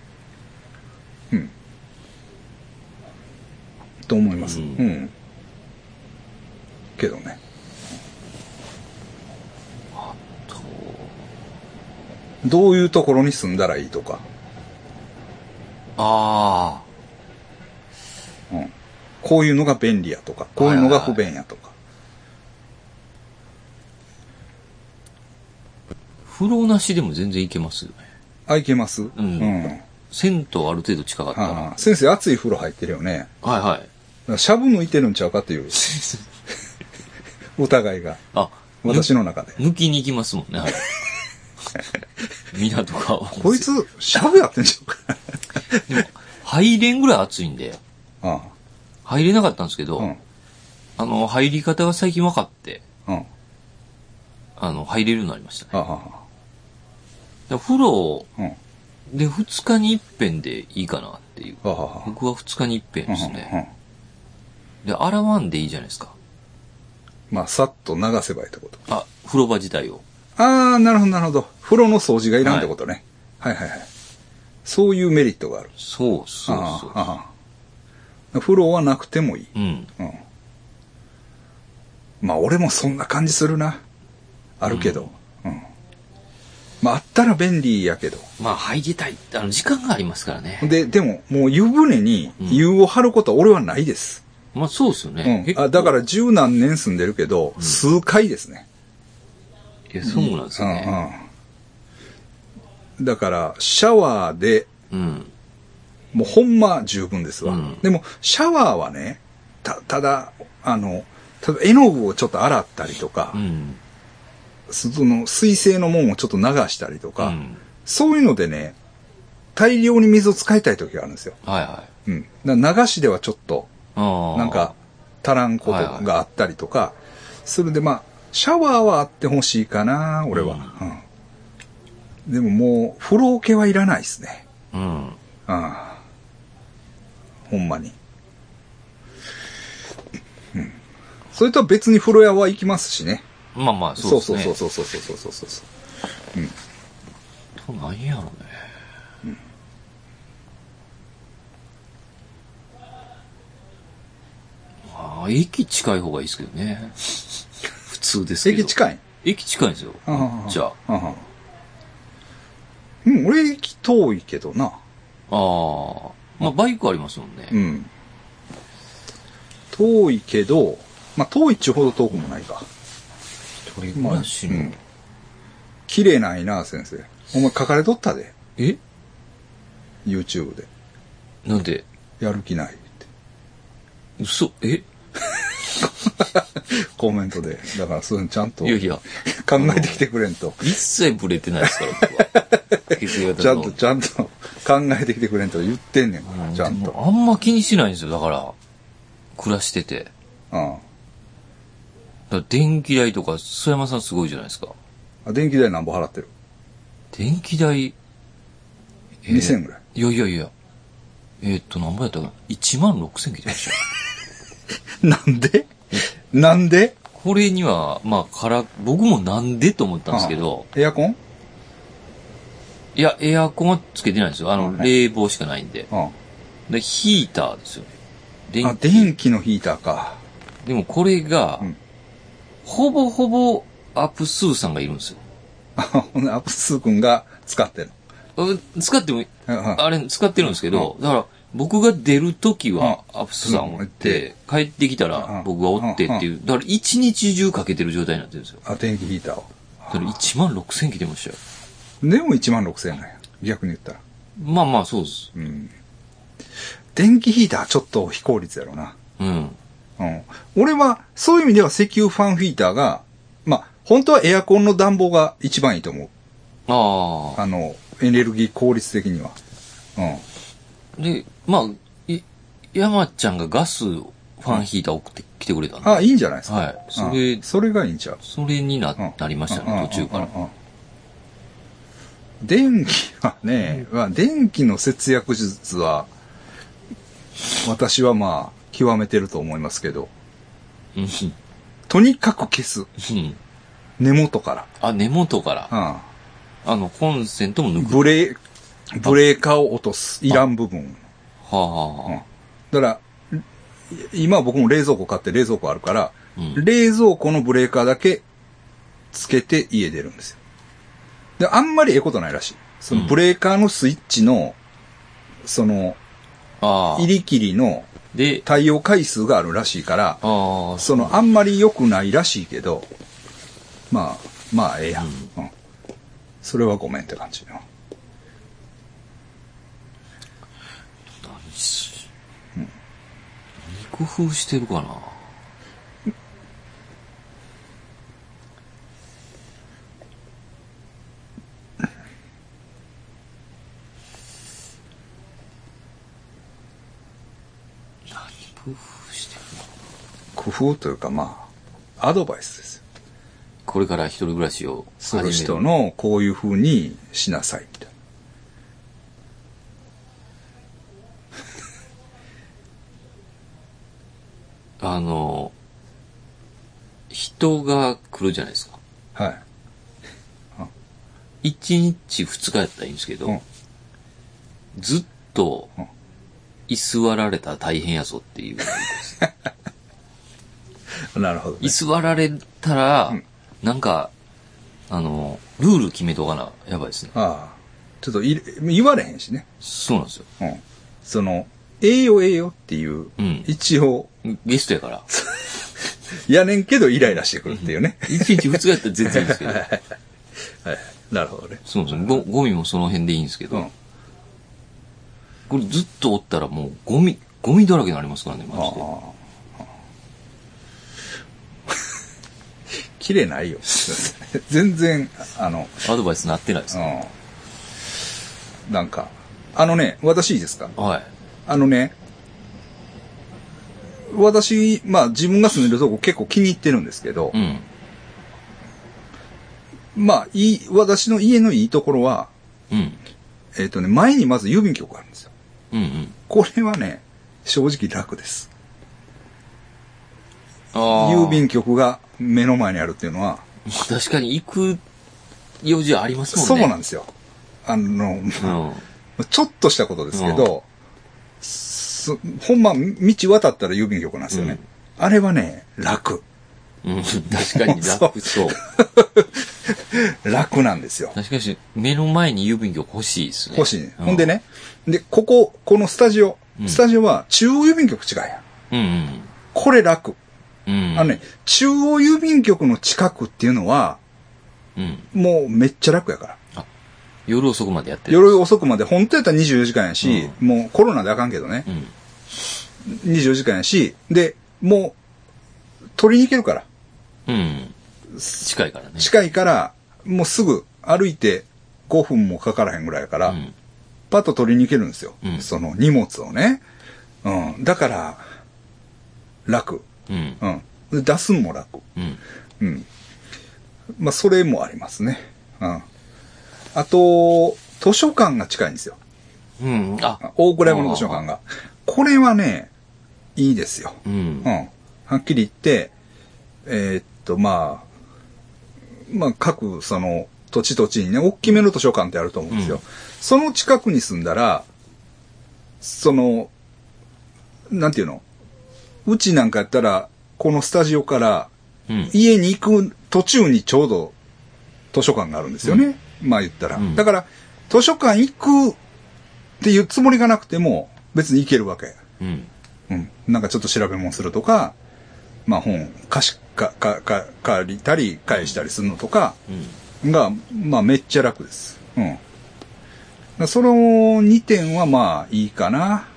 Speaker 1: うん。と思います。う
Speaker 2: うんん。
Speaker 1: けどね。
Speaker 2: と
Speaker 1: どういうところに住んだらいいとか、
Speaker 2: あ
Speaker 1: うん、こういうのが便利やとか、こういうのが不便やとか。
Speaker 2: あ、風呂なしでも全然いけますよね。
Speaker 1: あ、いけますうん
Speaker 2: 銭湯ある程度近かったな。
Speaker 1: ああ先生、熱い風呂入ってるよね。
Speaker 2: はいは
Speaker 1: だ
Speaker 2: い。
Speaker 1: からしゃぶ抜いてるんちゃうかっていう。お互いが。
Speaker 2: あ、
Speaker 1: 私の中で。
Speaker 2: 抜きに行きますも んね、はい。港川温泉
Speaker 1: こいつ、しゃぶやってんじゃんか。
Speaker 2: 入れんぐらい暑いんで、
Speaker 1: あ
Speaker 2: 入れなかったんですけど、
Speaker 1: あうん。
Speaker 2: あの、入り方が最近分かって、
Speaker 1: うん。
Speaker 2: あの、入れるようになりましたね。
Speaker 1: ああ。
Speaker 2: だから風呂
Speaker 1: うん。あ
Speaker 2: で2日に一遍でいいかなっていう。
Speaker 1: あああ。
Speaker 2: 僕は2日に一
Speaker 1: うん
Speaker 2: 遍で
Speaker 1: うん
Speaker 2: す
Speaker 1: う
Speaker 2: ね。
Speaker 1: ん
Speaker 2: で、洗わんでいいじゃないですか。
Speaker 1: まあ、さっと流せばいいってこと。
Speaker 2: あ、風呂場自体を。
Speaker 1: ああ、なるほど、なるほど。風呂の掃除がいらんってことね。はい、はい、はい。そういうメリットがある。
Speaker 2: そうそうそう。
Speaker 1: ああああ風呂はなくてもいい。
Speaker 2: うん。
Speaker 1: うん。まあ、俺もそんな感じするな。あるけど。うん。まあ、あったら便利やけど。
Speaker 2: まあ、入りたい。あの、時間がありますからね。
Speaker 1: で、でも、もう湯船に湯を張ることは俺はないです。
Speaker 2: まあ、そうですよ
Speaker 1: う
Speaker 2: ね。
Speaker 1: ん。。あだからら十何年住んでるけど、数回ですね。
Speaker 2: いや、そうなんですよね。
Speaker 1: うんうん。だから、シャワーで、
Speaker 2: うん。
Speaker 1: もうほんま十分ですわ。
Speaker 2: うん
Speaker 1: でも、シャワーはね、た、ただ、あの、ただ絵の具をちょっと洗ったりとか、
Speaker 2: うん。
Speaker 1: その水性のもんをちょっと流したりと
Speaker 2: う
Speaker 1: か、
Speaker 2: ん。
Speaker 1: そういうのでね、大量に水を使いたい時があるんですよ。
Speaker 2: はいはい。
Speaker 1: うん。だから流しではちょっと、
Speaker 2: ああ。
Speaker 1: なんか、足らんことがあったりとか、それでまあ、シャワーはあってほしいかな、俺は。うん。でももう、風呂桶はいらないですね。
Speaker 2: うん。
Speaker 1: ああ。ほんまに。うん。それとは別に風呂屋は行きますしね。
Speaker 2: まあまあ、そ
Speaker 1: そうう
Speaker 2: です
Speaker 1: そうそう
Speaker 2: ね。
Speaker 1: そう
Speaker 2: う
Speaker 1: そうそうそうそうそう。
Speaker 2: そう。なんやろね。まあ、駅近い方がいいですけど ね。普通ですけど。
Speaker 1: 駅近い
Speaker 2: 駅近いんですよ。じゃあ。
Speaker 1: ああ。うん、俺駅遠いけどな。
Speaker 2: ああ。まあ、バイクありますもんね。
Speaker 1: うん。遠いけど、まあ遠いっちゅうほど遠くもないか。
Speaker 2: 一人暮らしの。
Speaker 1: うん綺麗ないな、先生。お前書かれとったで。
Speaker 2: え
Speaker 1: YouTube で。
Speaker 2: なんで
Speaker 1: やる気ないって。
Speaker 2: 嘘え
Speaker 1: コメントで。だから、そういうのちゃんと
Speaker 2: いやいや、
Speaker 1: 考えてきてくれんと。
Speaker 2: 一切ブレてないですから、 僕は。血液
Speaker 1: ち
Speaker 2: 型
Speaker 1: ゃ
Speaker 2: の
Speaker 1: んと、ちゃんと考えてきてくれんと言ってんねんか
Speaker 2: う
Speaker 1: ら、
Speaker 2: ん
Speaker 1: ちゃん
Speaker 2: で
Speaker 1: と。
Speaker 2: もあんま気にしないんですよ、だから。暮らしてて。
Speaker 1: うん。
Speaker 2: だから電気代とか、須山さんすごいじゃないですか。
Speaker 1: あ電気代なんぼ払ってる。
Speaker 2: 電気代、えー
Speaker 1: 2000ぐらい。
Speaker 2: いやいやいや。えーっと、何ぼやったかな ?1 万6千切りまし た。
Speaker 1: なんでなんで
Speaker 2: これには、まあ、から、僕もなんでと思ったんですけど、
Speaker 1: エアコン
Speaker 2: いや、エアコンはつけてないんですよ。あ
Speaker 1: う
Speaker 2: の、
Speaker 1: ん
Speaker 2: 冷房しかないんで。
Speaker 1: うん。
Speaker 2: で、ヒーターですよね。電
Speaker 1: あ、電気のヒーターか。
Speaker 2: でもこれが、
Speaker 1: うん
Speaker 2: ほぼほぼアップスーさんがいるんですよ。
Speaker 1: あ、ほんでアプスー君が使ってる。
Speaker 2: うん使って
Speaker 1: う
Speaker 2: も、
Speaker 1: んうん
Speaker 2: あれ使ってるんですけど、だから僕が出るときはアップスーさんを追っ
Speaker 1: う
Speaker 2: て、帰ってきた
Speaker 1: う
Speaker 2: ら
Speaker 1: ん
Speaker 2: 僕が追ってっていう、だから一日中かけてる状態になってるんですよ。
Speaker 1: あ、電気ヒーターを。
Speaker 2: だから1万6千来てましたよ。
Speaker 1: でも1万6000円なんや。逆に言ったら。
Speaker 2: まあまあそうです。
Speaker 1: うん。電気ヒーターちょっと非効率やろな。
Speaker 2: うん。
Speaker 1: うん。俺は、そういう意味では石油ファンヒーターが、まあ、本当はエアコンの暖房が一番いいと思う。
Speaker 2: ああ。
Speaker 1: あの、エネルギー効率的には。う
Speaker 2: で、まあ、い山ちゃんがガスファンヒーター送ってきてくれたん
Speaker 1: ん。
Speaker 2: で。
Speaker 1: あ、いいんじゃないですか。
Speaker 2: はい。そ
Speaker 1: うん
Speaker 2: れ、
Speaker 1: それがいいんちゃう。
Speaker 2: それにな
Speaker 1: うん
Speaker 2: なりました
Speaker 1: うん
Speaker 2: ね、途中か
Speaker 1: う
Speaker 2: ら。。
Speaker 1: んうんうん電気はね、まあ、電気の節約術は、私はまあ、極めてると思いますけど、
Speaker 2: うん
Speaker 1: とにかく消す。
Speaker 2: うん
Speaker 1: 根元か
Speaker 2: あ、根元から。
Speaker 1: ら。
Speaker 2: あの、コンセントも
Speaker 1: うん、
Speaker 2: 抜く。
Speaker 1: ブレー、ブレーカーを落とす。いらん部分。
Speaker 2: はあ、はあは
Speaker 1: だから、い今僕も冷蔵庫買って冷蔵庫あるから、
Speaker 2: うん
Speaker 1: 冷蔵庫のブレーカーだけつけて家出るんですよ。で、あんまりええことないらしい。そのブレーカーのスイッチの、その、
Speaker 2: あ。ああ
Speaker 1: 入。り切りの
Speaker 2: で、
Speaker 1: 対応回数があるらしいから、
Speaker 2: ああ。
Speaker 1: その、あんまり良くないらしいけど、まあ、まあ、ええやん。うんそれはごめんって感じよ。
Speaker 2: 工夫してるかな何工夫してるの
Speaker 1: 工夫というかまあ、アドバイスですよ。
Speaker 2: これから一人暮らしを
Speaker 1: する
Speaker 2: 始め
Speaker 1: 人
Speaker 2: る。
Speaker 1: のこういう風にしなさいみたいな。
Speaker 2: あの、人が来るじゃないですか。
Speaker 1: はい。
Speaker 2: 1日2日やったらいいんですけど、
Speaker 1: うん
Speaker 2: ずっと
Speaker 1: うん、
Speaker 2: 居座られたら大変やぞって いう。
Speaker 1: なるほど、ね
Speaker 2: 居。座られたら、なんか、あの、ルール決めとかな、やばいですね。
Speaker 1: ああ。ちょっとい言われへんしね。
Speaker 2: そうなんですよ。
Speaker 1: うん。その、ええよええよっていう、
Speaker 2: うん
Speaker 1: 一応、
Speaker 2: ゲスト やから。
Speaker 1: やねんけどイライラしてくるっていうね。
Speaker 2: 1日2日やったら全然いいんで すけど。
Speaker 1: はい。なるほどね。
Speaker 2: そうなんですよ。ごゴミもその辺でいいんですけど、
Speaker 1: うん。あ
Speaker 2: これずっとおったらもうゴミ、ゴミだらけになりますからね、マジで。
Speaker 1: あ。 切れないよ。 全然、あの、
Speaker 2: アドバイスなってないですね。
Speaker 1: うん。なんか、あのね、私いいですか
Speaker 2: はい。
Speaker 1: あのね、私、まあ自分が住んでるとこ結構気に入ってるんですけど
Speaker 2: う、ん。
Speaker 1: まあいい、私の家のいいところは、
Speaker 2: うん。
Speaker 1: えっ、とね、前にまず郵便局あるんですよ。
Speaker 2: うんうん。
Speaker 1: これはね、正直楽です。
Speaker 2: あー
Speaker 1: 郵便局が目の前にあるっていうのは、
Speaker 2: 確かに行く用事あります
Speaker 1: そ
Speaker 2: も
Speaker 1: うん
Speaker 2: ね。
Speaker 1: なんですよ。あの、
Speaker 2: うん
Speaker 1: ちょっとしたことですけど、すほんま、道渡ったら郵便局なんですよね。あれはね、楽。
Speaker 2: うん。確か に楽そう。
Speaker 1: 楽なんですよ。
Speaker 2: 確かに目の前に郵便局欲しいですね。
Speaker 1: 欲しいね。
Speaker 2: う
Speaker 1: ほんで。ね、で、ここ、このスタジオ、
Speaker 2: うん
Speaker 1: スタジオは中央郵便局近いやん。
Speaker 2: うん
Speaker 1: これ楽。
Speaker 2: うん。うん。
Speaker 1: あのね、中央郵便局の近くっていうのは、
Speaker 2: うん。
Speaker 1: もうめっちゃ楽やから。
Speaker 2: 夜遅くまでやってる。
Speaker 1: 夜遅くまで、本当やったら24時間やし、もうコロナであかんけどね、
Speaker 2: うん。
Speaker 1: 24時間やし、で、もう、取りに行けるから。
Speaker 2: うん。近いからね。
Speaker 1: 近いから、もうすぐ歩いて5分もかからへんぐらいやから、
Speaker 2: うん。
Speaker 1: パッと取りに行けるんですよ。
Speaker 2: うん
Speaker 1: その荷物をね。うん。だから、楽。
Speaker 2: うん。
Speaker 1: うん。で出すんも楽。
Speaker 2: うん。
Speaker 1: うん。まあ、それもありますね。うん。あと、図書館が近いんですよ。
Speaker 2: うん。あ、
Speaker 1: 大倉山の図書館が。これはね、いいですよ。
Speaker 2: うん
Speaker 1: う。ん。はっきり言って、えーっと、まあ、まあ、各、その、土地土地にね、大きめの図書館ってあると思うんですよ。
Speaker 2: うん
Speaker 1: その近くに住んだら、その、なんていうのうちなんかやったら、このスタジオから
Speaker 2: うん。
Speaker 1: 家に行く途中にちょうど図書館があるんですよね。まあ言ったら。
Speaker 2: うん
Speaker 1: だから、図書館行くっていうつもりがなくても、別に行けるわけ。
Speaker 2: うん。
Speaker 1: うん。なんかちょっと調べ物するとか、まあ本貸し、か、か、か、借りたり返したりするのとか
Speaker 2: うん。
Speaker 1: が、まあめっちゃ楽です。うん。だからその2点はまあいいかな、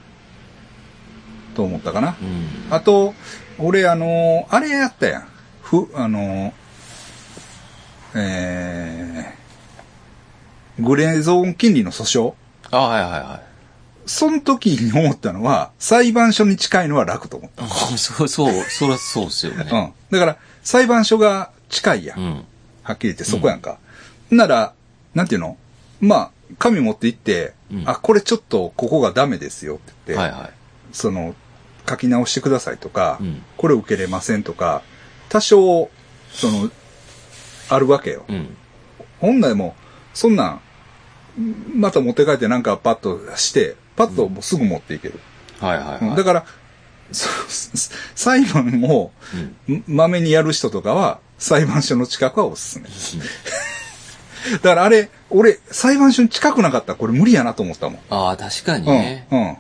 Speaker 1: と思ったかな
Speaker 2: う。ん。
Speaker 1: あと、俺あの、あれやったやん。ふ、あの、えー、グレーゾーン金利の訴訟。
Speaker 2: あ、はいはいはい。
Speaker 1: その時に思ったのは、裁判所に近いのは楽と思った。
Speaker 2: そう、そう、そらそうっすよね。
Speaker 1: うん。だから、裁判所が近いやん。
Speaker 2: うん。
Speaker 1: はっきり言ってそこやんか。なら、なんていうのまあ、紙持って行って、
Speaker 2: うん
Speaker 1: あ、これちょっとここがダメですよって言って、
Speaker 2: はいは
Speaker 1: その、書き直してくださいとか、
Speaker 2: うん
Speaker 1: これ受けれませんとか、多少、その、あるわけよ。
Speaker 2: い。うん。
Speaker 1: 本来も、そんなん、また持って帰ってなんかパッとして、パッともうすぐ持っていける。
Speaker 2: はいはい
Speaker 1: うん
Speaker 2: はい。
Speaker 1: だから、そ裁判を、
Speaker 2: うん。
Speaker 1: まめにやる人とかは、裁判所の近くはおすすめ。 だからあれ、俺、裁判所に近くなかったらこれ無理やなと思ったもん。
Speaker 2: ああ、確かに
Speaker 1: うん。
Speaker 2: ね。
Speaker 1: うん。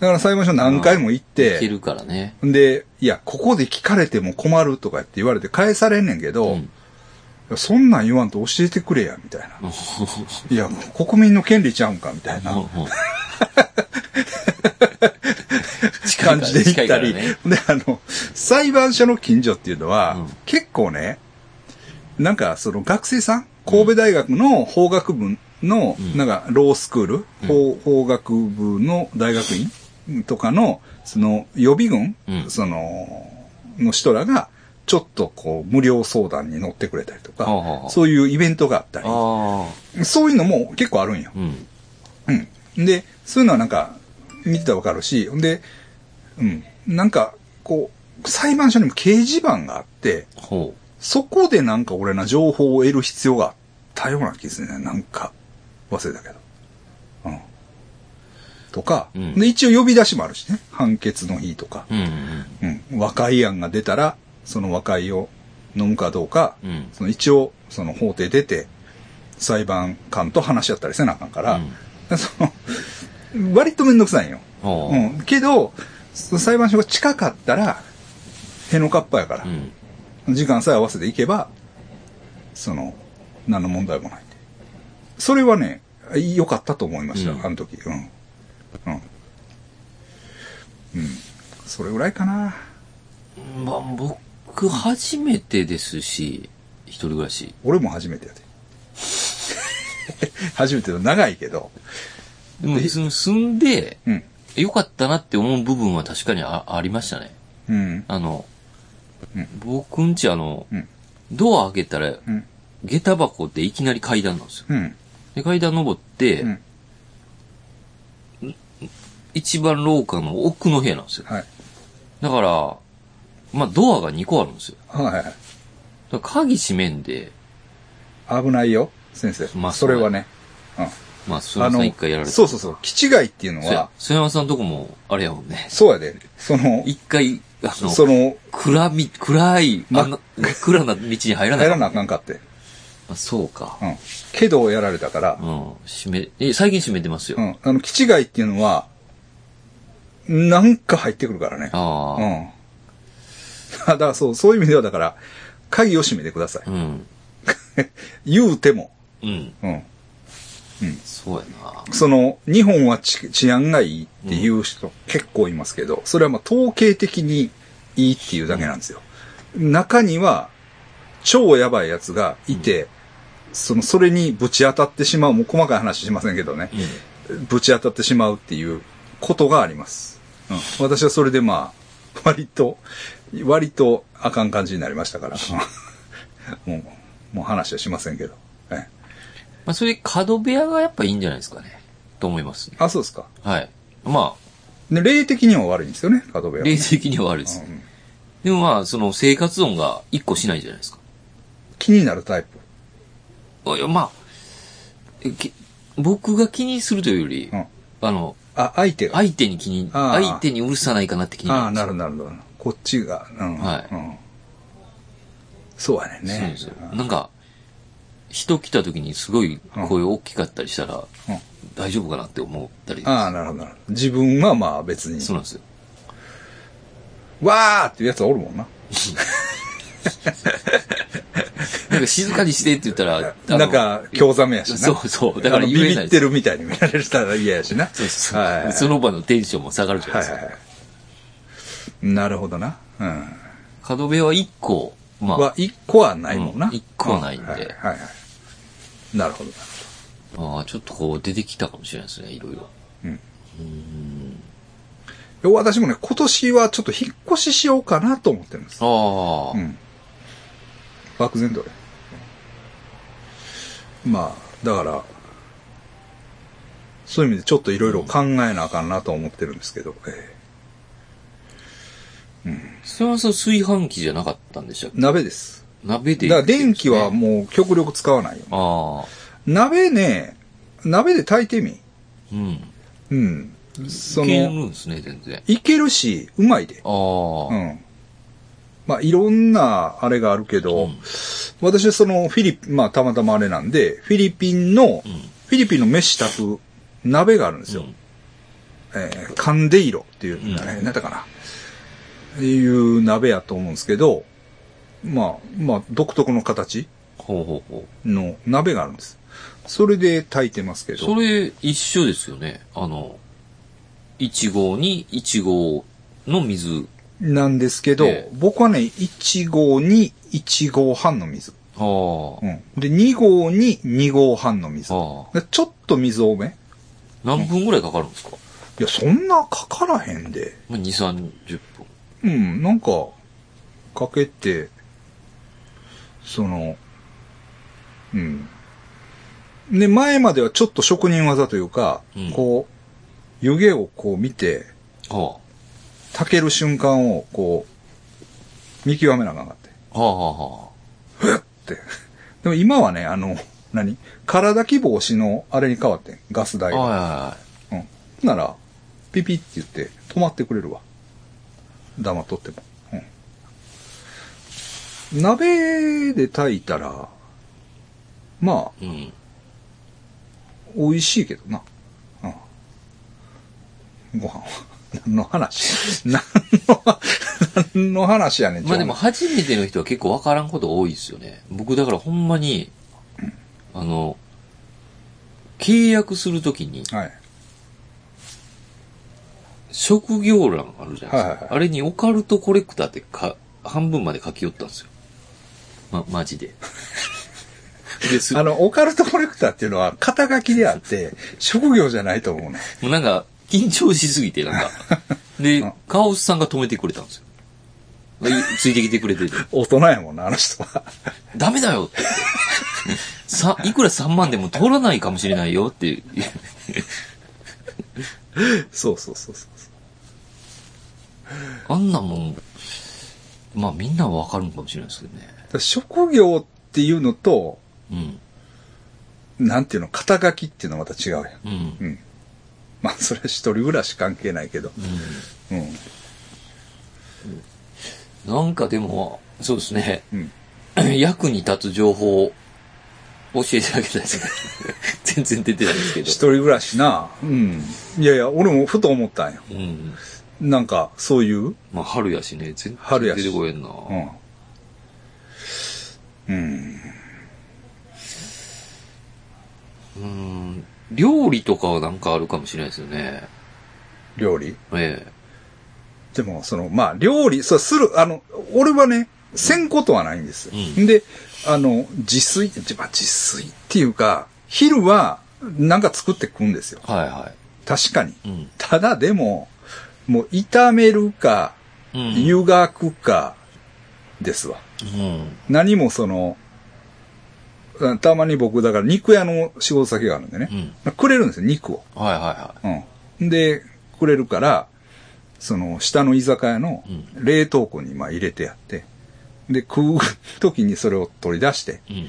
Speaker 1: だから裁判所何回も行っ
Speaker 2: いけ
Speaker 1: て、
Speaker 2: るからね。
Speaker 1: で、いや、ここで聞かれても困るとかって言われて返されんねんけど、
Speaker 2: うん
Speaker 1: そんなん言わんと教えてくれや、みたいな。いや、 国民の権利ちゃうんか、みたいな。
Speaker 2: うんうん近
Speaker 1: 感じで行ったり、
Speaker 2: 近いか
Speaker 1: で、あの、裁判所の近所っていうのは、
Speaker 2: うん
Speaker 1: 結構ね、なんかその学生さん、神戸大学の法学部の、
Speaker 2: うん
Speaker 1: なんかロースクール、
Speaker 2: うん
Speaker 1: 法法学部の大学院とかの、その予備軍、
Speaker 2: うん
Speaker 1: その、の人らが、ちょっとこう無料相談に乗ってくれたりとか、
Speaker 2: はあはあはあ
Speaker 1: そういうイベントがあったり、
Speaker 2: あ
Speaker 1: そういうのも結構あるんよ
Speaker 2: あ。。うん。
Speaker 1: うん。で、そういうのはなんか、見てたらわかるし、ほんで、うん。なんか、こう、裁判所にも掲示板があって、
Speaker 2: ほ
Speaker 1: そこでなんか俺な情報を得る必要があったような気でするね。なんか、忘れたけど。うん。とか、
Speaker 2: うん
Speaker 1: で、一応呼び出しもあるしね。判決の日とか。
Speaker 2: う。うんうん
Speaker 1: うん。和解案が出たら、その和解を飲むかどうか、
Speaker 2: うん。うん。
Speaker 1: その一応、その法廷出て、裁判官と話し合ったりせなあかんから、その、 割とめんどくさいんよ。
Speaker 2: ほ
Speaker 1: う
Speaker 2: う。
Speaker 1: ん。けど、その裁判所が近かったら、へのかっぱやから
Speaker 2: う、ん。
Speaker 1: 時間さえ合わせていけば、その、何の問題もない。それはね、良かったと思いました、
Speaker 2: うん
Speaker 1: あの時。うん。うん。うん。それぐらいかな。
Speaker 2: まあ、僕、初めてですし、一人暮らし。
Speaker 1: 俺も初めてやで。 初めての長いけど。
Speaker 2: でも、その住んで、
Speaker 1: うん。
Speaker 2: 良かったなって思う部分は確かにあありましたね。
Speaker 1: うん。
Speaker 2: あの、
Speaker 1: うん
Speaker 2: 僕んちあの、
Speaker 1: うん
Speaker 2: ドア開けたら、
Speaker 1: うん。
Speaker 2: 下駄箱っていきなり階段なんですよ。
Speaker 1: うん。
Speaker 2: で、階段登って、
Speaker 1: うん。
Speaker 2: 一番廊下の奥の部屋なんですよ。
Speaker 1: はい。
Speaker 2: だから、まあ、ドアが2個あるんですよ。
Speaker 1: はいはい。
Speaker 2: だから鍵閉めんで、
Speaker 1: 危ないよ、先生。
Speaker 2: まあ
Speaker 1: それはね。うん。
Speaker 2: まあ、菅山さん一回やられて。
Speaker 1: そうそうそう。気違いっていうの
Speaker 2: そや
Speaker 1: は、
Speaker 2: 菅山さんとこも、あれやもんね。
Speaker 1: そうやで。その、
Speaker 2: 一回、あの、
Speaker 1: その、
Speaker 2: 暗み、暗い、
Speaker 1: ま
Speaker 2: あんな、真っ暗な道に入らない。
Speaker 1: やらなあかんかって。
Speaker 2: あそうか
Speaker 1: う。ん。けどやられたから
Speaker 2: う、ん。閉め、え、最近閉めてますよ。
Speaker 1: うん。あの、気違いっていうのは、なんか入ってくるからね。
Speaker 2: ああ、
Speaker 1: うん。 だからそう、そういう意味ではだから、鍵を閉めてください。
Speaker 2: うん。
Speaker 1: 言うても。
Speaker 2: うん。
Speaker 1: うん。
Speaker 2: そうやな。
Speaker 1: その、日本は治治安がいいっていう人結構いますけど、それはまあ統計的にいいっていうだけなんですよ。中には、超やばいやつがいて、その、それにぶち当たってしまう、もう細かい話しませんけどね、ぶち当たってしまうっていうことがあります。うん、私はそれでまあ、割と、割とあかん感じになりましたから、 もう、もう話はしませんけど。ええ
Speaker 2: まあ、それで角部屋がやっぱいいんじゃないですかね。と思いますね。
Speaker 1: あ、そうですか。
Speaker 2: はい。ま
Speaker 1: で、霊的には悪いんですよね、角部
Speaker 2: あ、
Speaker 1: 屋は。
Speaker 2: 例的にはあるです。
Speaker 1: うん
Speaker 2: でもまあ、その生活音が一個しないじゃないですか。
Speaker 1: 気になるタイプ。
Speaker 2: あいや、まあ、えき僕が気にするというより、
Speaker 1: うん。
Speaker 2: あの、
Speaker 1: あ、相手が。
Speaker 2: 相手に気に、
Speaker 1: ああ
Speaker 2: 相手にうるさないかなって気に
Speaker 1: あ
Speaker 2: な
Speaker 1: あ、
Speaker 2: るん
Speaker 1: な
Speaker 2: ですよ。
Speaker 1: るなるなる。こっちが。うん。
Speaker 2: は
Speaker 1: う
Speaker 2: い
Speaker 1: ん、そうやねんね。
Speaker 2: そうですよ。なんか、人来た時にすごい声大きかったりしたら、
Speaker 1: うん
Speaker 2: 大丈夫かなって思ったり。
Speaker 1: ああ、なるほどなるほど。自分はまあ別に。
Speaker 2: そうなんですよ。
Speaker 1: わーっていうやつおるもんな。
Speaker 2: なんか静かにしてって言ったら、あの
Speaker 1: なんか、興ざめやしな。
Speaker 2: そうそうだから
Speaker 1: あの
Speaker 2: 言えない
Speaker 1: ビビってるみたいに見られたら嫌やしな。
Speaker 2: そうそう
Speaker 1: はいはいはい
Speaker 2: その場のテンションも下がるじゃない
Speaker 1: はい
Speaker 2: ですか。
Speaker 1: はいはい。なるほどな。うん。
Speaker 2: 角部屋は1個、まあ
Speaker 1: は、、一個はないもんな。
Speaker 2: うん一個はないんで
Speaker 1: はいはいはい。なるほど。
Speaker 2: ああちょっとこう出てきたかもしれないですね、いろいろ。
Speaker 1: 私もね、今年はちょっと引っ越ししようかなと思ってるんです。
Speaker 2: あ
Speaker 1: う
Speaker 2: あ、
Speaker 1: ん。漠然とね。まあ、だから、そういう意味でちょっといろいろ考えなあかんなと思ってるんですけど、え
Speaker 2: それはそう炊飯器じゃなかったんでしたっけ
Speaker 1: ー鍋です。
Speaker 2: 鍋で
Speaker 1: だから電気はもう極力使わないよ。
Speaker 2: ああ、
Speaker 1: 鍋ね、鍋で炊いてみ。
Speaker 2: うん。
Speaker 1: うん。そ
Speaker 2: いける
Speaker 1: の、
Speaker 2: んですね、全然。
Speaker 1: いけるし、うまいで。
Speaker 2: ああ、
Speaker 1: う
Speaker 2: うん
Speaker 1: ん。まあ、いろんなあれがあるけど、私はそのフィリピン、まあ、たまたまあれなんで、フィリピンの、フィリピンの飯炊く鍋があるんですよ。
Speaker 2: うん
Speaker 1: えーカンデイロっていう、
Speaker 2: う
Speaker 1: ね
Speaker 2: ん
Speaker 1: なんだったかな。いう鍋やと思うんですけど、まあ、まあ、独特の形
Speaker 2: ほうほうほう。
Speaker 1: の鍋があるんです。それで炊いてますけ
Speaker 2: そ
Speaker 1: ど、
Speaker 2: れ、一緒ですよね。あの、いちごに、いちごの水。
Speaker 1: なんですけど、
Speaker 2: ええ
Speaker 1: 僕はね、1号に1号半の水。
Speaker 2: は
Speaker 1: う
Speaker 2: あ。
Speaker 1: ん。で、2号に2号半の水。
Speaker 2: はあ
Speaker 1: でちょっと水多め
Speaker 2: 何分ぐらいかかるんですか
Speaker 1: いや、そんなかからへんで。
Speaker 2: まあ ?2、30分。
Speaker 1: うん、なんか、かけて、その、うん。で、前まではちょっと職人技というか、
Speaker 2: うん
Speaker 1: こう、湯気をこう見て、
Speaker 2: は
Speaker 1: 炊ける瞬間をこう、見極めなあかんかって。
Speaker 2: あ。はあはあは
Speaker 1: って。でも今はね、あの、何体規防止のあれに変わってんガス代
Speaker 2: あ。
Speaker 1: が。
Speaker 2: はいはいはい。
Speaker 1: うん。なら、ピピって言って止まってくれるわ。黙っとっても。うん。鍋で炊いたら、まあ、
Speaker 2: うん。
Speaker 1: 美味しいけどな。うん。ご飯は。 何の話 何の、何の話やねん、
Speaker 2: まあでも
Speaker 1: ちょ
Speaker 2: 初めての人は結構わからんこと多いですよね。僕だからほんまに、あの、契約するときに
Speaker 1: うどはい。
Speaker 2: 職業欄あるじゃないですか。
Speaker 1: はいはいはい
Speaker 2: あれにオカルトコレクターってか、半分まで書き寄ったんですよ。ま、マ ジで。です
Speaker 1: あの、オカルトコレクターっていうのは、肩書きであって、職業じゃないと思うね。
Speaker 2: もうなんか、緊張しすぎて、 なんか。で、カオスさんが止めてくれたんですよ。でついてきてくれてて、
Speaker 1: 大人やもんな、あの人 は。
Speaker 2: ダメだ よって言って。さ、いくら3万でも通らないかもしれないよっていう。
Speaker 1: そうそうそうそうそう。
Speaker 2: あんなもん、まあみんなはわかるのかもしれないですけどね。
Speaker 1: だから職業っていうのと、
Speaker 2: うん。
Speaker 1: なんていうの、肩書きっていうのはまた違うやん。
Speaker 2: うん。
Speaker 1: うん。まあ、それは一人暮らし関係ないけど。うん。
Speaker 2: なんかでも、そうですね。
Speaker 1: うん。
Speaker 2: 役に立つ情報を教えてあげたいですね。 全然出てないですけど
Speaker 1: 一。人暮らしな。うん。いやいや、俺もふと思ったんよ。
Speaker 2: うん。
Speaker 1: なんか、そういう。
Speaker 2: まあ春やしね、全然
Speaker 1: 春やし
Speaker 2: 出てこえんな。
Speaker 1: うん。うん。
Speaker 2: うん。料理とかはなんかあるかもしれないですよね。
Speaker 1: 料理
Speaker 2: え
Speaker 1: でも、その、まあ、料理、そう、する、あの、俺はね、せんことはないんですよ。
Speaker 2: うん
Speaker 1: で、あの、自炊、じまあ、自炊っていうか、昼は、なんか作ってくんですよ。
Speaker 2: え。はいは
Speaker 1: 確かに。
Speaker 2: い。うん。
Speaker 1: ただでも、もう炒めるか、
Speaker 2: うん。
Speaker 1: 湯がくか、ですわ。
Speaker 2: うん。
Speaker 1: 何もその、あたまに僕、だから肉屋の仕事先があるんでね
Speaker 2: う。ん。
Speaker 1: くれるんですよ、肉を。
Speaker 2: はいはいは
Speaker 1: うん。で、くれるから、その、下の居酒屋の
Speaker 2: うん
Speaker 1: 冷凍庫にまあ入れてやって、で、食う時にそれを取り出して、
Speaker 2: い。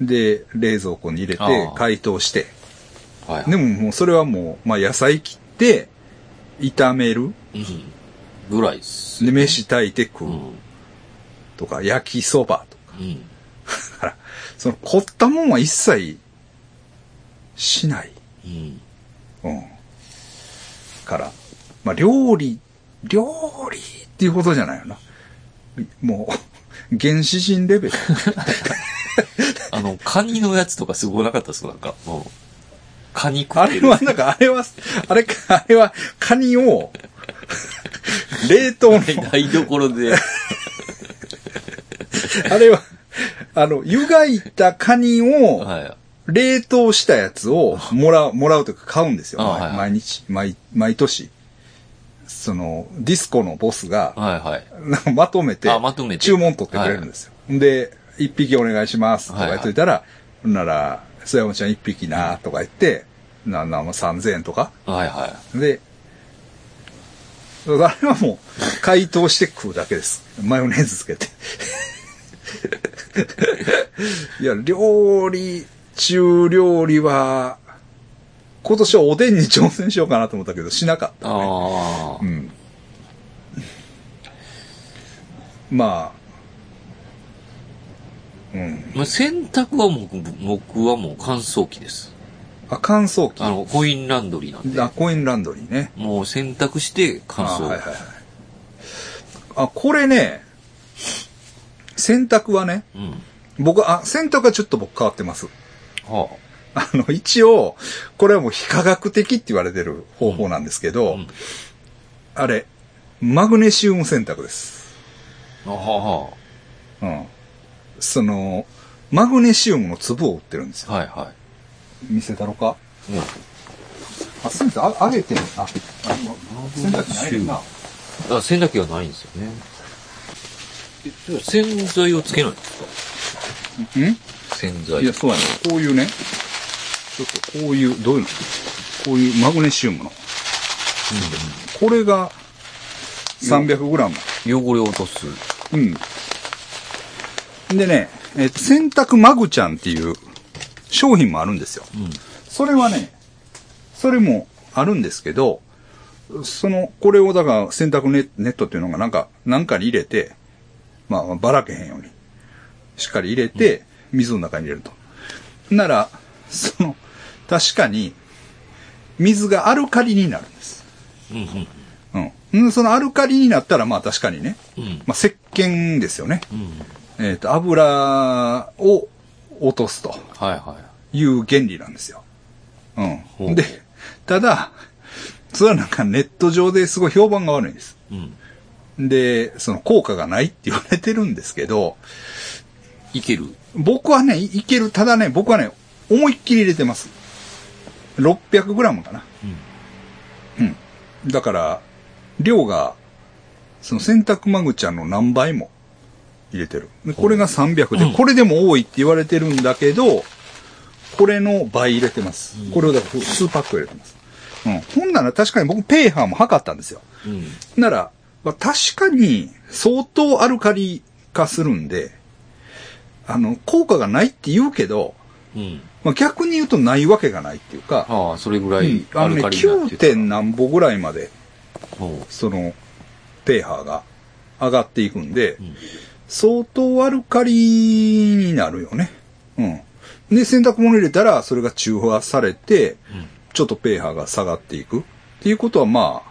Speaker 2: うん。
Speaker 1: で、冷蔵庫に入れ
Speaker 2: あ
Speaker 1: て
Speaker 2: ー、
Speaker 1: 解凍して、
Speaker 2: はいはい。
Speaker 1: でももうそれはもう、まあ野菜切って、炒める、
Speaker 2: うん。ぐらいっす。
Speaker 1: で、飯炊いて食
Speaker 2: う。
Speaker 1: うんとか、焼きそばとか。
Speaker 2: うん。
Speaker 1: だから、その凝ったもんは一切しない。
Speaker 2: うん。
Speaker 1: うん。から、まあ、料理、料理っていうことじゃないよな。もう、 原始人レベル。
Speaker 2: あの、カニのやつとかすごなかったっすかなんか、もう。カニ食
Speaker 1: あ
Speaker 2: って
Speaker 1: れ
Speaker 2: る。
Speaker 1: は、なんか、あれは、あれか、あれは、カニ を、冷凍の、
Speaker 2: 台所で。
Speaker 1: あれは、あの、湯がいたカニを、
Speaker 2: はい。
Speaker 1: 冷凍したやつをもらう、もらうというか買うんですよ。
Speaker 2: あ
Speaker 1: 毎
Speaker 2: はいはい
Speaker 1: 毎日、毎、毎年。その、ディスコのボスが、
Speaker 2: はいはい。
Speaker 1: なんかまとめて
Speaker 2: あ、まとめて
Speaker 1: 注文取ってくれるんですよ。で、一匹お願いしますとか言っといたら、ほんなら、そやもちゃん一匹なとか言って、なんなんも3000円とか。
Speaker 2: はいはい。
Speaker 1: で、あれはもう、解凍して食うだけです。マヨネーズつけて。いや、料理、中料理は、今年はおでんに挑戦しようかなと思ったけど、しなかった。
Speaker 2: ああ
Speaker 1: う。ん。まあ、うん。
Speaker 2: まあ、洗濯はもう、僕はもう乾燥機です。
Speaker 1: あ、乾燥機
Speaker 2: あ。の、コインランドリーなんで
Speaker 1: あ、。コインランドリーね。
Speaker 2: もう洗濯して乾
Speaker 1: あ
Speaker 2: 燥。
Speaker 1: はいはいはい。あ、これね、洗濯はね、
Speaker 2: うん。
Speaker 1: 僕、あ、洗濯はちょっと僕変わってます。
Speaker 2: は
Speaker 1: あの、一応、これはもう非科学的って言われてる方法なんですけ
Speaker 2: あ。
Speaker 1: ど、
Speaker 2: うん
Speaker 1: あれ、マグネシウム洗濯です。
Speaker 2: あはは。
Speaker 1: うん。その、マグネシウムの粒を売ってるんですよ。
Speaker 2: はいは
Speaker 1: 見せたろか
Speaker 2: い。うん。
Speaker 1: あ、すみません、あ、あげてん、あ、あ、洗濯機にあげてんな。
Speaker 2: あ、洗濯機がないんですよね。えでも洗剤をつけないんですか
Speaker 1: ん
Speaker 2: 洗剤。
Speaker 1: いや、そうやね。こういうね、ちょっとこういう、どういうのこういうマグネシウムの。これが 300g。
Speaker 2: 汚れを落とす。
Speaker 1: うん。でね、えっと洗濯マグちゃんっていう商品もあるんですよ。
Speaker 2: うん。
Speaker 1: それはね、それもあるんですけど、その、これをだから洗濯ネネットっていうのがなんか、なんかに入れて、まあ、ばらけへんように、しっかり入れて、水の中に入れると。なら、その、確かに、水がアルカリになるんです。
Speaker 2: うん
Speaker 1: うん。うん、そのアルカリになったら、まあ確かにね、
Speaker 2: うん。うん。
Speaker 1: まあ石鹸ですよね。
Speaker 2: うん。
Speaker 1: えっ、と、油を落とすと
Speaker 2: はいは
Speaker 1: いう原理なんですよ。う。
Speaker 2: ほうん
Speaker 1: で、ただ、それはなんかネット上ですごい評判が悪いんです。
Speaker 2: い。うん。
Speaker 1: で、その効果がないって言われてるんですけど、
Speaker 2: いける
Speaker 1: 僕はね、いいける。ただね、僕はね、思いっきり入れてます。600g かな。うん。だから、量が、その洗濯マグちゃんの何倍も入れてる。でこれが300で、
Speaker 2: うん
Speaker 1: これでも多いって言われてるんだけど、これの倍入れてます。これをだから数パック入れてます。うん。ほんなら確かに僕ペーハーも測ったんですよ。
Speaker 2: うん。うん。
Speaker 1: なら、まあ、確かに相当アルカリ化するんで、あの、効果がないって言うけど、
Speaker 2: うん。
Speaker 1: まあ、逆に言うとないわけがないっていうか、
Speaker 2: ああ、それぐら
Speaker 1: う
Speaker 2: い
Speaker 1: ん
Speaker 2: ア
Speaker 1: あのね、
Speaker 2: ルカリになって
Speaker 1: 9.
Speaker 2: る。
Speaker 1: 点何歩ぐらいまで、
Speaker 2: ほ
Speaker 1: その、ペーハーが上がっていくんで、
Speaker 2: ううん。
Speaker 1: 相当アルカリになるよね。うん。で、洗濯物入れたら、それが中和されて、
Speaker 2: うん。
Speaker 1: ちょっとペーハーが下がっていく。っていうことは、まあ、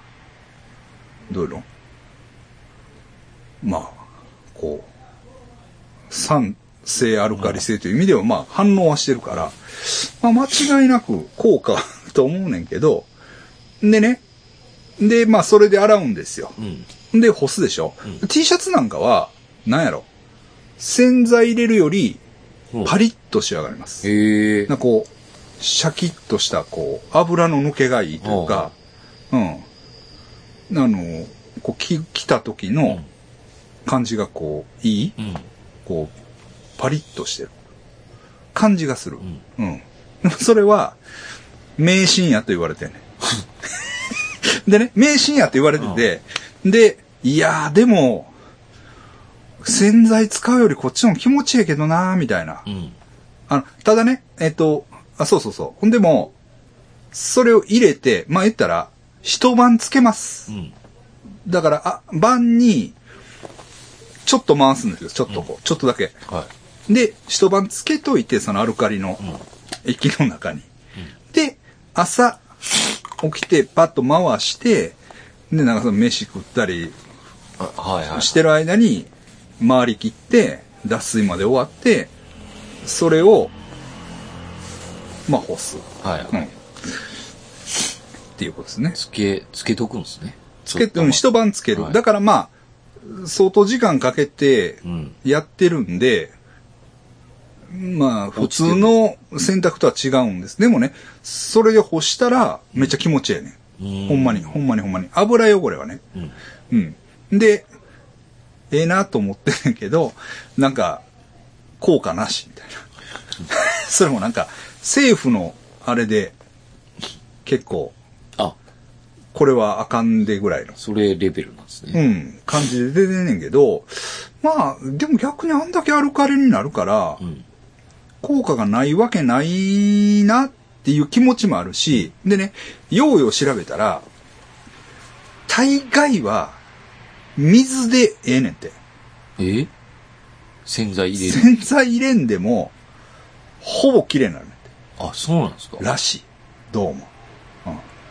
Speaker 1: どういうのまあ、こう、酸性アルカリ性という意味では、まあ、反応はしてるから、まあ、間違いなく効果と思うねんけど、でね、で、まあ、それで洗うんですよ。
Speaker 2: うん。
Speaker 1: で、干すでしょ、
Speaker 2: うん
Speaker 1: ?T シャツなんかは、なんやろ洗剤入れるより、
Speaker 2: ほう
Speaker 1: パリッと仕上がります。
Speaker 2: へえ
Speaker 1: なん。かこう、シャキッとした、こう、油の抜けがいいというか、うん。あの、こう、き来た時の感じがこう、いい
Speaker 2: うん。
Speaker 1: こう、パリッとしてる感じがする
Speaker 2: う。ん。
Speaker 1: うん。でもそれは、迷信やと言われてんねん。 でね、迷信やと言われてて、で、いやーでも、洗剤使うよりこっちの方が気持ちいいけどなーみたいな
Speaker 2: う。ん。
Speaker 1: あの、ただね、えっと、あ、そうそうそう。ほんでも、それを入れて、まあ、言ったら、一晩つけま
Speaker 2: う
Speaker 1: す。
Speaker 2: ん。
Speaker 1: だから、あ、晩に、ちょっと回すんですよ。ちょっとこう、ちょっとだけ。
Speaker 2: は
Speaker 1: で、一晩つけといて、そのアルカリの
Speaker 2: い。うん。
Speaker 1: 液の中に。で、朝、起きて、パッと回して、で、なんかその飯食ったり
Speaker 2: あはいはい。
Speaker 1: してる間に、回り切って、脱水まで終わって、それを、まあ、干す。
Speaker 2: はい
Speaker 1: うん。
Speaker 2: は
Speaker 1: っ
Speaker 2: い。
Speaker 1: ていうことですね。
Speaker 2: つけ、つけとくんですね。
Speaker 1: つけ
Speaker 2: ち
Speaker 1: て、
Speaker 2: ょっと
Speaker 1: うん一晩つける。
Speaker 2: はい
Speaker 1: だからまあ、相当時間かけて
Speaker 2: うん。
Speaker 1: やってるんで、まあ、普
Speaker 2: 落ちてる
Speaker 1: 通の洗濯とは違うんです。でもね、それで干したら、めっちゃ気持ちええね、ん。ほんまに、ほんまにほんまに。油汚れはね。
Speaker 2: うん。
Speaker 1: うん。で、ええなと思ってんけど、なんか、効果なし、みたいな。それもなんか、政府のあれで、結構、
Speaker 2: あ、
Speaker 1: これはあかんでぐらいの、
Speaker 2: それレベルなんです
Speaker 1: う
Speaker 2: ね。
Speaker 1: ん、感じで出てんねんけど、まあ、でも逆にあんだけアルカリになるから、
Speaker 2: ん。
Speaker 1: 効果がないわけないなっていう気持ちもあるし、でね、用意を調べたら、大概は、水でええねんって。
Speaker 2: え洗剤入れる。
Speaker 1: 洗剤入れんでも、ほぼ綺麗になるねんて
Speaker 2: あ、そうなんですから
Speaker 1: しい。どうも。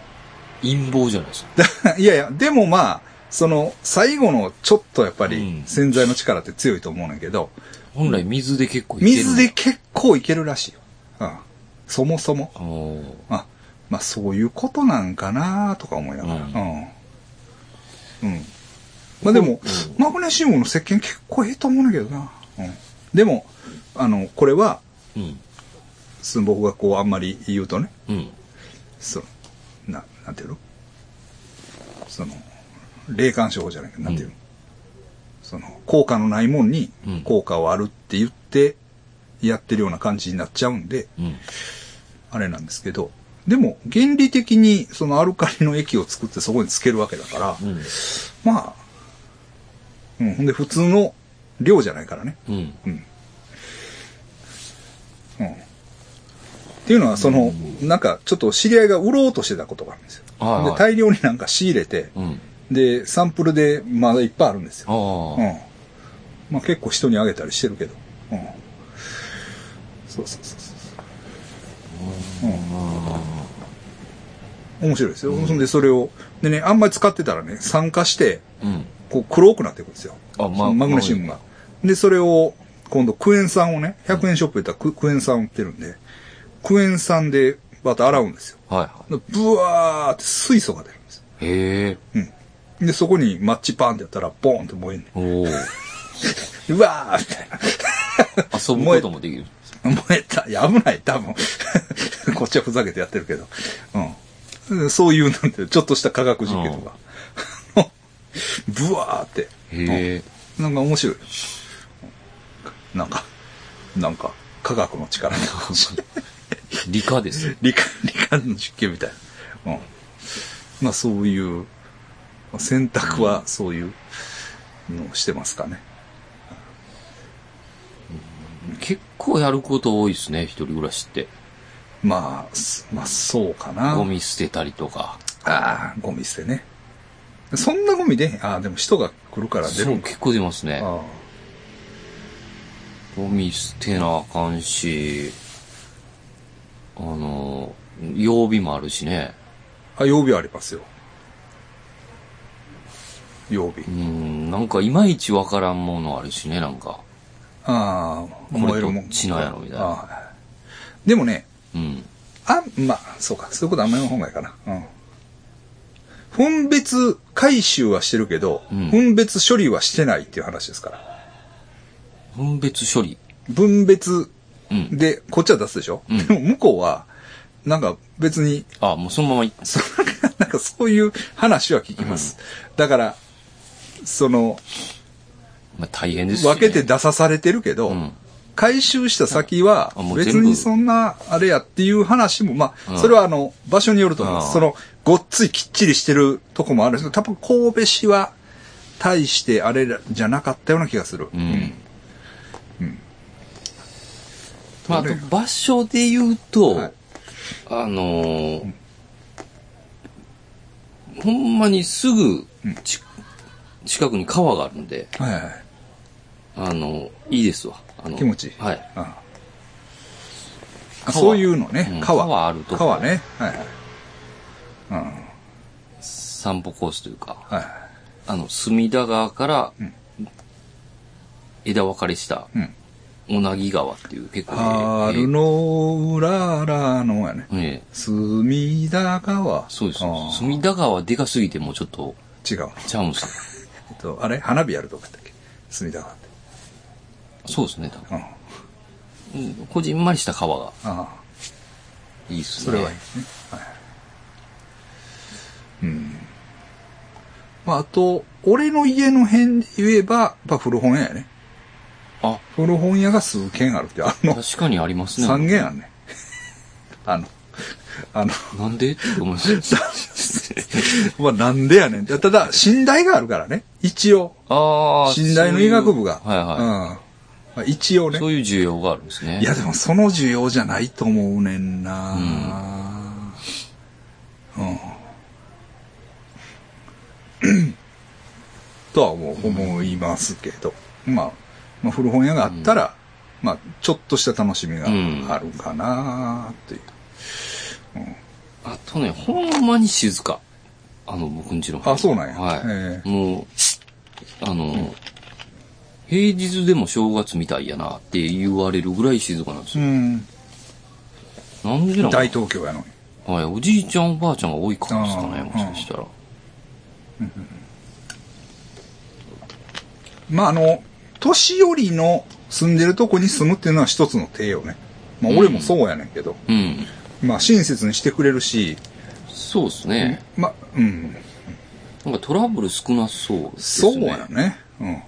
Speaker 2: 陰謀じゃないですか。
Speaker 1: いやいや、でもまあ、その、最後のちょっとやっぱ
Speaker 2: う
Speaker 1: り
Speaker 2: ん
Speaker 1: 洗剤の力って強いと思うねんだけど、
Speaker 2: 本来水で結構いける。
Speaker 1: 水で。結構いけるらしいよ。うん。そもそも。
Speaker 2: あー
Speaker 1: あ、まあそういうことなんかなとか思いながら。
Speaker 2: う
Speaker 1: うん。うん。まあでも、マグネシウムの石鹸結構ええと思うんだけどな。うん。でも、あの、これは、
Speaker 2: うん。
Speaker 1: その僕がこうあんまり言うとね、
Speaker 2: うん。
Speaker 1: その、な、なんていうのその、霊感商法じゃないけど、なんていうの、
Speaker 2: うん
Speaker 1: その、効果のないもんに
Speaker 2: うん
Speaker 1: 効果はあるって言ってやってるような感じになっちゃうんで、
Speaker 2: うん。
Speaker 1: あれなんですけど、でも原理的にそのアルカリの液を作ってそこにつけるわけだから、
Speaker 2: うん。
Speaker 1: まあ、うん、ほんで普通の量じゃないからね。
Speaker 2: うん。
Speaker 1: うん。うん。っていうのは、その、なんか、ちょっと知り合いが売ろうとしてたことがあるんですよ。
Speaker 2: はいはい
Speaker 1: で、大量になんか仕入れて、
Speaker 2: うん。
Speaker 1: で、サンプルでまだいっぱいあるんですよ。
Speaker 2: あ
Speaker 1: う
Speaker 2: あ。
Speaker 1: ん。まあ結構人にあげたりしてるけど。うん。そうそうそうそう。うん。面白いですよ。そんで、それを、でね、あんまり使ってたらね、酸化して、
Speaker 2: うん。
Speaker 1: こう黒くなっていくんですよ。
Speaker 2: あま
Speaker 1: そのマグネシウムが。で、それを、今度クエン酸をね、100円ショップで言ったらククエン酸売ってるんで、クエン酸でまた洗うんですよ。
Speaker 2: はいは
Speaker 1: でブワーって水素が出るんですよ。
Speaker 2: い。へえ。
Speaker 1: うん。で、そこにマッチパンってやったら、ボーンって燃えんね
Speaker 2: お
Speaker 1: ん。
Speaker 2: お。
Speaker 1: うわーみたいな。
Speaker 2: 遊ぶこともできる。
Speaker 1: 燃えた。いや、危ない、多分。 こっちはふざけてやってるけど。うん。そういう、なんていう、ちょっとした科学実験とか。 ブワーって。
Speaker 2: へえ。
Speaker 1: なんか面白い。なんか、なんか、科学の力。
Speaker 2: 理科です。
Speaker 1: 理科、理科の実験みたいな。うん。まあそういう、まあ選択はそういうのをしてますかね。
Speaker 2: 結構やること多いですね、一人暮らしって。
Speaker 1: まあ、すまあそうかな。
Speaker 2: ゴ。ミ捨てたりとか。
Speaker 1: ああ、ゴミ捨てね。そんなゴミで、ああ、でも人が来るから出
Speaker 2: そう、
Speaker 1: る。
Speaker 2: 結構出ますね。
Speaker 1: あ
Speaker 2: ゴミ捨てなあかんし、あの、曜日もあるしね。
Speaker 1: あ。あ、曜日はありますよ。曜日
Speaker 2: う。ん、なんかいまいちわからんものあるしね、なんか。
Speaker 1: ああ、燃えるもん。
Speaker 2: どっちなんやろみたいな
Speaker 1: ああでもね、
Speaker 2: うん。
Speaker 1: あ、まあ、そうか、そういうことあんまりの方がいいかな。うん。分別回収はしてるけど、
Speaker 2: うん
Speaker 1: 分別処理はしてないっていう話ですから。
Speaker 2: 分別処理。
Speaker 1: 分別
Speaker 2: うん。
Speaker 1: で、こっちは出すでしょ、
Speaker 2: うん
Speaker 1: でも向こうは、なんか別に、
Speaker 2: あ、もうそのままい、
Speaker 1: そのなんかそういう話は聞きます。だから、その、
Speaker 2: まあ、大変ですよ
Speaker 1: 分
Speaker 2: ね。
Speaker 1: けて出さされてるけど、
Speaker 2: うん
Speaker 1: 回収した先は
Speaker 2: あも、う全
Speaker 1: 別
Speaker 2: 部
Speaker 1: にそんな、あれやっていう話も、ま
Speaker 2: う
Speaker 1: あ、
Speaker 2: ん
Speaker 1: それはあの、場所によると思いま
Speaker 2: あ
Speaker 1: す。
Speaker 2: あ
Speaker 1: その、ごっついきっちりしてるとこもあるんですけど、多分神戸市は、対してあれじゃなかったような気がする。
Speaker 2: うん。うん。まあ、あと場所で言うと、
Speaker 1: はい
Speaker 2: あのーほんまにすぐち、近くに川があるんで、
Speaker 1: はいはいはい。
Speaker 2: あの、いいですわ。あの
Speaker 1: 気持ちいい
Speaker 2: はい。
Speaker 1: ああそういうのね
Speaker 2: うん。
Speaker 1: 川。
Speaker 2: 川あるとこ
Speaker 1: 川ね。はいはい。うん。はい
Speaker 2: 散歩コースというか、
Speaker 1: はい。
Speaker 2: あの、隅田川から、枝分かれした、
Speaker 1: うん。
Speaker 2: 小なぎ川っていう結構、ええ
Speaker 1: 春のうららのやね。
Speaker 2: ええ
Speaker 1: 隅田川。
Speaker 2: そうです。
Speaker 1: ああ
Speaker 2: 隅田川でかすぎてもうちょっと、
Speaker 1: 違うの。
Speaker 2: ちゃうんですよ。
Speaker 1: えっと、あれ花火やるとこやったっけ隅田川って。
Speaker 2: そうですね、多
Speaker 1: う
Speaker 2: 分
Speaker 1: ん。あ
Speaker 2: うん。こじんまりした川が
Speaker 1: あ、
Speaker 2: いいっす
Speaker 1: そ
Speaker 2: ね。
Speaker 1: れはいいですね。はい。うん。まあ、あと、俺の家の辺で言えば、まあ、古本屋やね。
Speaker 2: あ、
Speaker 1: 古本屋が数軒あるって、あの、
Speaker 2: 確かにありますね。
Speaker 1: 三軒あんね。あの、あの、
Speaker 2: なんでって思 います。
Speaker 1: まあ、なんでやねん。ただ、寝台があるからね。一応。
Speaker 2: ああ。
Speaker 1: 寝台の医学部が。
Speaker 2: そういうは
Speaker 1: う
Speaker 2: い
Speaker 1: ん
Speaker 2: は
Speaker 1: まあ。一応
Speaker 2: い。
Speaker 1: ね
Speaker 2: そ。ういう需要があるんですね。
Speaker 1: いや、でもその需要じゃないと思うねんな、
Speaker 2: う
Speaker 1: うん。 とは思う、思いますけど。まあ、まあ、古本屋があったら、まあ、ちょっとした楽しみがあるかなっていう。
Speaker 2: あとね、ほんまに静か。あの、僕んちの。
Speaker 1: あそうなんや
Speaker 2: は
Speaker 1: え
Speaker 2: い。もう、あの、平日でも正月みたいやなって言われるぐらい静かなんです
Speaker 1: う
Speaker 2: よ。
Speaker 1: ん。
Speaker 2: なんでなん
Speaker 1: 大東京やのに。
Speaker 2: はい、おじいちゃんおばあちゃんが多いからですかね、
Speaker 1: あー
Speaker 2: もしかしたら。
Speaker 1: まああの、年寄りの住んでるとこに住むっていうのは一つの手よね。まあ俺もそうやねんけど、
Speaker 2: うん。
Speaker 1: まあ親切にしてくれるし、
Speaker 2: そうですね。
Speaker 1: まあ、うん、
Speaker 2: なんかトラブル少なそうです
Speaker 1: そう
Speaker 2: ね。
Speaker 1: やね。うん。うん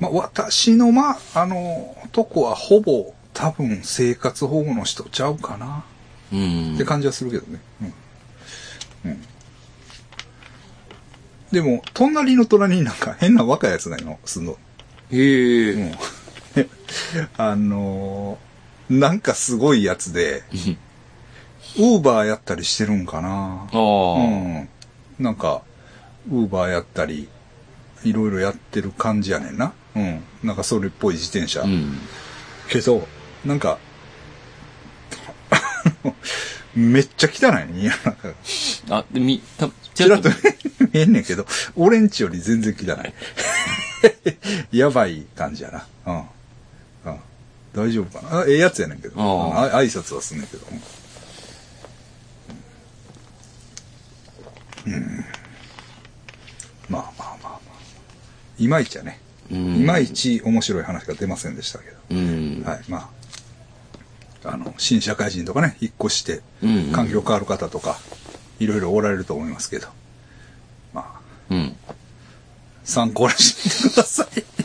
Speaker 1: まあ、私の、まあ、あの、とこはほぼ多分生活保護の人ちゃうかな
Speaker 2: うん。
Speaker 1: って感じはするけどね。うん。うん、でも、隣の虎になんか変な若いやつがいの、すんの。
Speaker 2: へえ、
Speaker 1: うん あのーなんかすごいやつで、ウーバーやったりしてるんかな
Speaker 2: ああ、
Speaker 1: うん。なんか、ウーバーやったり、いろいろやってる感じやねんな。うん。なんかそれっぽい自転車。
Speaker 2: うん。
Speaker 1: けど、なんか、 めっちゃ汚いね。いや、なんか、
Speaker 2: あ、で、み、た、
Speaker 1: ち
Speaker 2: ち
Speaker 1: らっ
Speaker 2: らっ
Speaker 1: と
Speaker 2: と
Speaker 1: ね見えんねんけど、俺んちより全然汚 い。やばい感じやな。うん。うん。大丈夫かなあええやつやねんけど。
Speaker 2: ああ
Speaker 1: あ挨拶はすんねんけど。うんまあまあまあまあ。いまいちやね。
Speaker 2: うん
Speaker 1: いまいち面白い話が出ませんでしたけど。
Speaker 2: うん。
Speaker 1: はい、まあ、あの、新社会人とかね、引っ越して
Speaker 2: うんうん、
Speaker 1: 環境変わる方とか、いろいろおられると思いますけど、まあ、
Speaker 2: うん。
Speaker 1: 参考にしてみてください。